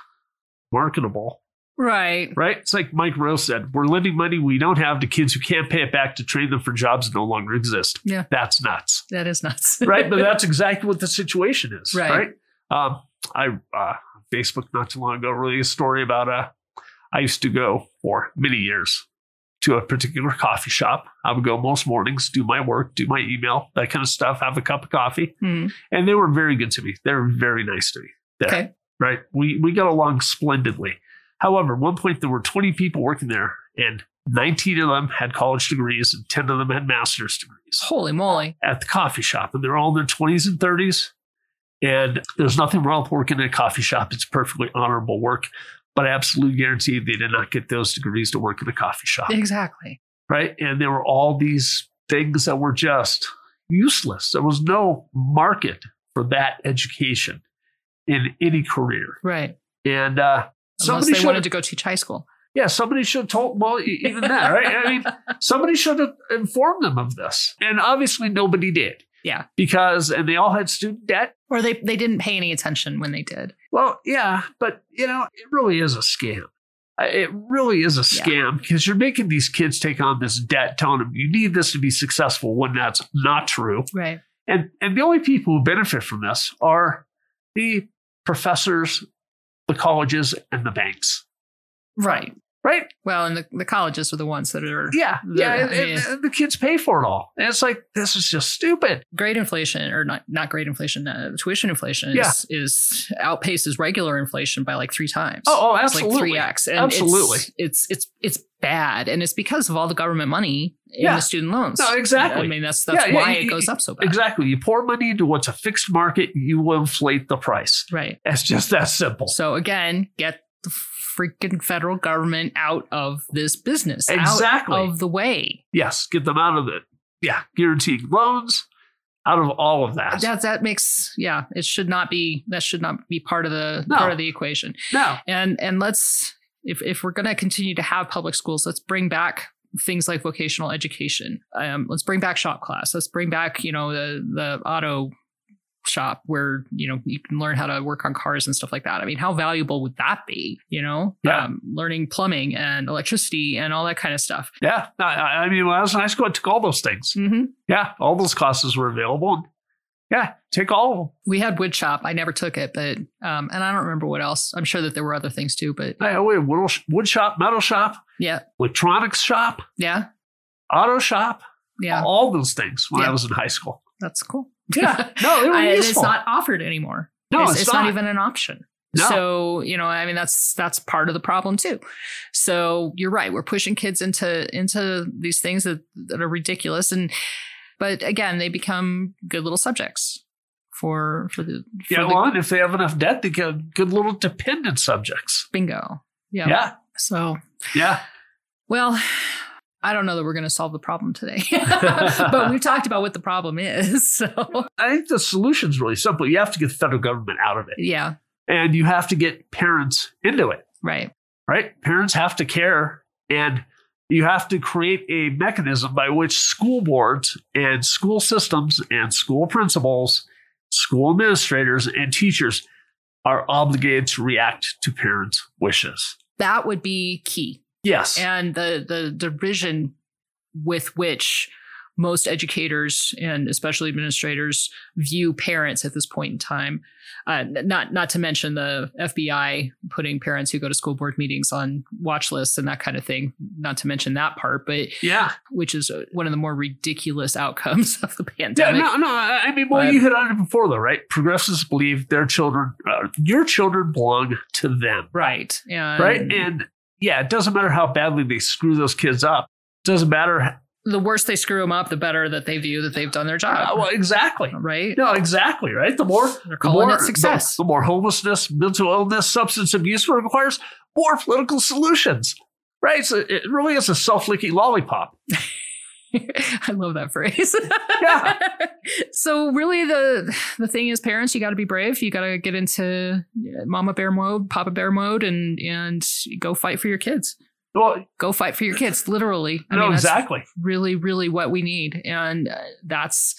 Speaker 2: marketable.
Speaker 1: right.
Speaker 2: Right? It's like Mike Rowe said, we're lending money we don't have to kids who can't pay it back to train them for jobs that no longer exist.
Speaker 1: Yeah.
Speaker 2: That's nuts.
Speaker 1: That is nuts. (laughs)
Speaker 2: right? But that's exactly what the situation is,
Speaker 1: Right.
Speaker 2: right? Um, I uh, Facebook not too long ago released a story about uh, I used to go for many years to a particular coffee shop. I would go most mornings, do my work, do my email, that kind of stuff, have a cup of coffee,
Speaker 1: Hmm.
Speaker 2: and they were very good to me. They were very nice to me. There,
Speaker 1: Okay.
Speaker 2: right? We we got along splendidly. However, at one point there were 20 people working there, and 19 of them had college degrees and 10 of them had master's degrees
Speaker 1: Holy moly.
Speaker 2: at the coffee shop and they're all in their 20s and 30s. And there's nothing wrong with working in a coffee shop. It's perfectly honorable work. But I absolutely guarantee they did not get those degrees to work in a coffee shop.
Speaker 1: Exactly.
Speaker 2: Right. And there were all these things that were just useless. There was no market for that education in any career.
Speaker 1: Right.
Speaker 2: And uh,
Speaker 1: Unless
Speaker 2: somebody
Speaker 1: they
Speaker 2: should
Speaker 1: wanted
Speaker 2: have
Speaker 1: to go teach high school.
Speaker 2: yeah, somebody should have told, well, e- (laughs) even that, right? I
Speaker 1: (laughs)
Speaker 2: mean, somebody should have informed them of this. And obviously nobody did.
Speaker 1: Yeah.
Speaker 2: Because, and they all had student debt.
Speaker 1: Or they, they didn't pay any attention when they did.
Speaker 2: Well, yeah, but, you know, it really is a scam. Uh, It really is a
Speaker 1: Yeah.
Speaker 2: scam because you're making these kids take on this debt, telling them you need this to be successful when that's not true.
Speaker 1: Right.
Speaker 2: And, and the only people who benefit from this are the professors, the colleges, and the banks,
Speaker 1: Right.
Speaker 2: right?
Speaker 1: Well, and the, the colleges are the ones that are
Speaker 2: Yeah,
Speaker 1: The-
Speaker 2: yeah, and,
Speaker 1: I
Speaker 2: and-
Speaker 1: mean-
Speaker 2: and the kids pay for it all. And it's like this is just stupid.
Speaker 1: grade inflation or not not grade inflation, uh, tuition inflation is,
Speaker 2: Yeah.
Speaker 1: is outpaces regular inflation by like three times.
Speaker 2: Oh, oh,
Speaker 1: It's
Speaker 2: absolutely.
Speaker 1: like three X. And
Speaker 2: Absolutely.
Speaker 1: It's, it's it's it's bad. And it's because of all the government money in
Speaker 2: Yeah.
Speaker 1: the student loans.
Speaker 2: No, exactly.
Speaker 1: I mean that's that's
Speaker 2: Yeah, yeah,
Speaker 1: why
Speaker 2: you-
Speaker 1: it
Speaker 2: you-
Speaker 1: goes up so bad.
Speaker 2: Exactly. You pour money into what's a fixed market, you will inflate the price.
Speaker 1: Right.
Speaker 2: It's just that simple.
Speaker 1: So again, get the freaking federal government out of this business.
Speaker 2: Exactly.
Speaker 1: Out of the way.
Speaker 2: yes, get them out of it. Yeah, guaranteed loans, out of all of that.
Speaker 1: That that makes yeah, it should not be that should not be part of the
Speaker 2: No.
Speaker 1: part of the equation.
Speaker 2: no,
Speaker 1: and and let's if if we're going to continue to have public schools let's bring back things like vocational education um, let's bring back shop class let's bring back you know the the auto shop where you know you can learn how to work on cars and stuff like that i mean how valuable would that be you know
Speaker 2: Yeah.
Speaker 1: um, learning plumbing and electricity and all that kind of stuff
Speaker 2: yeah. I, I I mean, when I was in high school, I took all those things.
Speaker 1: mm-hmm.
Speaker 2: Yeah, all those classes were available. And yeah, take all of them.
Speaker 1: we had wood shop i never took it but um and i don't remember what else i'm sure that there were other things too but
Speaker 2: I, we had wood, wood shop, metal shop,
Speaker 1: yeah
Speaker 2: electronics shop,
Speaker 1: yeah
Speaker 2: auto shop,
Speaker 1: yeah
Speaker 2: all those things when I
Speaker 1: Yeah.
Speaker 2: was in high
Speaker 1: (laughs)
Speaker 2: school.
Speaker 1: that's cool
Speaker 2: Yeah. No, they
Speaker 1: (laughs)
Speaker 2: were
Speaker 1: I-
Speaker 2: useful.
Speaker 1: it's not offered anymore
Speaker 2: no,
Speaker 1: it's, it's not. even an option.
Speaker 2: No.
Speaker 1: So, you know, I mean that's that's part of the problem too. So you're right. We're pushing kids into into these things that, that are ridiculous. And but again, they become good little subjects for for the for
Speaker 2: Yeah,
Speaker 1: the
Speaker 2: well, and if they have enough debt, they get good little dependent subjects.
Speaker 1: bingo. Yeah.
Speaker 2: Yeah,
Speaker 1: So
Speaker 2: yeah,
Speaker 1: well, (sighs) I don't know that we're gonna solve the problem
Speaker 2: (laughs)
Speaker 1: today. (laughs) but we've talked about what the problem is. (laughs) So
Speaker 2: I think the solution's really simple. You have to get the federal government out of it,
Speaker 1: yeah,
Speaker 2: and you have to get parents into it.
Speaker 1: right.
Speaker 2: Right? Parents have to care, and you have to create a mechanism by which school boards and school systems and school principals, school administrators, and teachers are obligated to react to parents' wishes.
Speaker 1: That would be key.
Speaker 2: Yes.
Speaker 1: and the the derision with which most educators and especially administrators view parents at this point in time. Uh, n- not not to mention the FBI putting parents who go to school board meetings on watch lists and that kind of thing. Not to mention that part, but
Speaker 2: yeah.
Speaker 1: which is uh, one of the more ridiculous outcomes (laughs) of the
Speaker 2: Yeah,
Speaker 1: pandemic.
Speaker 2: no, no. I I mean, well,
Speaker 1: But-
Speaker 2: you hit on it before, though, right? Progressives believe their children, uh, your children belong to them,
Speaker 1: Right. And
Speaker 2: right? And yeah, it doesn't matter how badly they screw those kids up. Doesn't matter.
Speaker 1: the worse they screw them up, the better that they view that they've done their
Speaker 2: Uh,
Speaker 1: job.
Speaker 2: well, exactly.
Speaker 1: right.
Speaker 2: (laughs) No, exactly. Right. The more
Speaker 1: They're
Speaker 2: the
Speaker 1: calling
Speaker 2: more-
Speaker 1: it success.
Speaker 2: the, the more homelessness, mental illness, substance abuse requires more political solutions. Right. So it really is a self-licking lollipop.
Speaker 1: (laughs) I love that phrase.
Speaker 2: Yeah.
Speaker 1: (laughs) so really the the thing is parents you got to be brave. You got to get into mama bear mode, papa bear mode and and go fight for your kids.
Speaker 2: Well,
Speaker 1: Go fight for your kids literally.
Speaker 2: no,
Speaker 1: that's
Speaker 2: exactly.
Speaker 1: really really what we need and uh, that's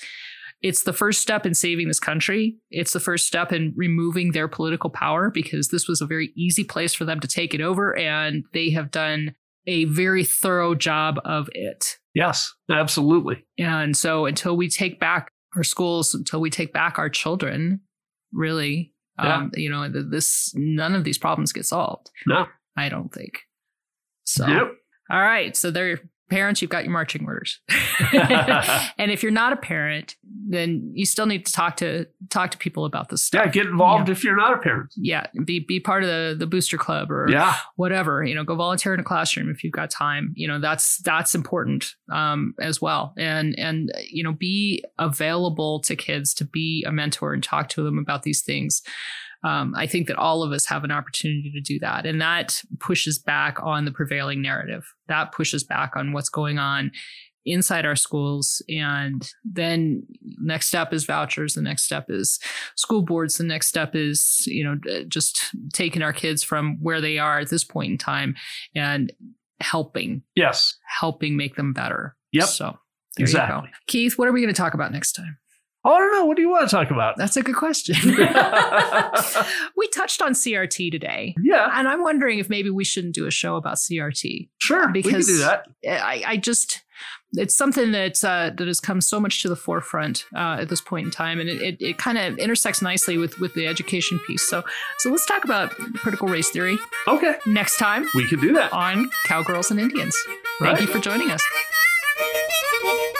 Speaker 1: it's the first step in saving this country. It's the first step in removing their political power because this was a very easy place for them to take it over and they have done a very thorough job of it.
Speaker 2: Yes, absolutely.
Speaker 1: And so until we take back our schools, until we take back our children, really, um, you know, th- this none of these problems get solved.
Speaker 2: No.
Speaker 1: I don't think. So, (laughs)
Speaker 2: Yep. (laughs)
Speaker 1: all right. So they're parents, you've got your marching orders. (laughs) and if you're not a parent, then you still need to talk to talk to people about this
Speaker 2: Yeah,
Speaker 1: stuff.
Speaker 2: get involved if you're not a parent.
Speaker 1: Yeah, be be part of the the booster club or
Speaker 2: Yeah.
Speaker 1: whatever you know go volunteer in a classroom if you've got time you know that's that's important um, as well and and you know be available to kids to be a mentor and talk to them about these things um, i think that all of us have an opportunity to do that and that pushes back on the prevailing narrative that pushes back on what's going on inside our schools. And then next step is vouchers. The next step is school boards. The next step is, you know, just taking our kids from where they are at this point in time and helping,
Speaker 2: Yes.
Speaker 1: helping make them better.
Speaker 2: Yep.
Speaker 1: So there you go.
Speaker 2: Exactly.
Speaker 1: Keith, what are we going to talk about next time?
Speaker 2: Oh, I don't know. What do you want to talk about?
Speaker 1: That's a good question.
Speaker 2: (laughs)
Speaker 1: (laughs) we touched on CRT today.
Speaker 2: yeah.
Speaker 1: And I'm wondering if maybe we shouldn't do a show about CRT.
Speaker 2: Sure. we can
Speaker 1: Because-
Speaker 2: do that.
Speaker 1: eh, I, I just it's something that uh, that has come so much to the forefront uh, at this point in time, and it, it, it kind of intersects nicely with with the education piece. So so let's talk about critical race theory
Speaker 2: Okay.
Speaker 1: next time
Speaker 2: We can do that.
Speaker 1: on Cowgirls and Indians. Thank
Speaker 2: Right.
Speaker 1: you for joining us.
Speaker 3: Thank you.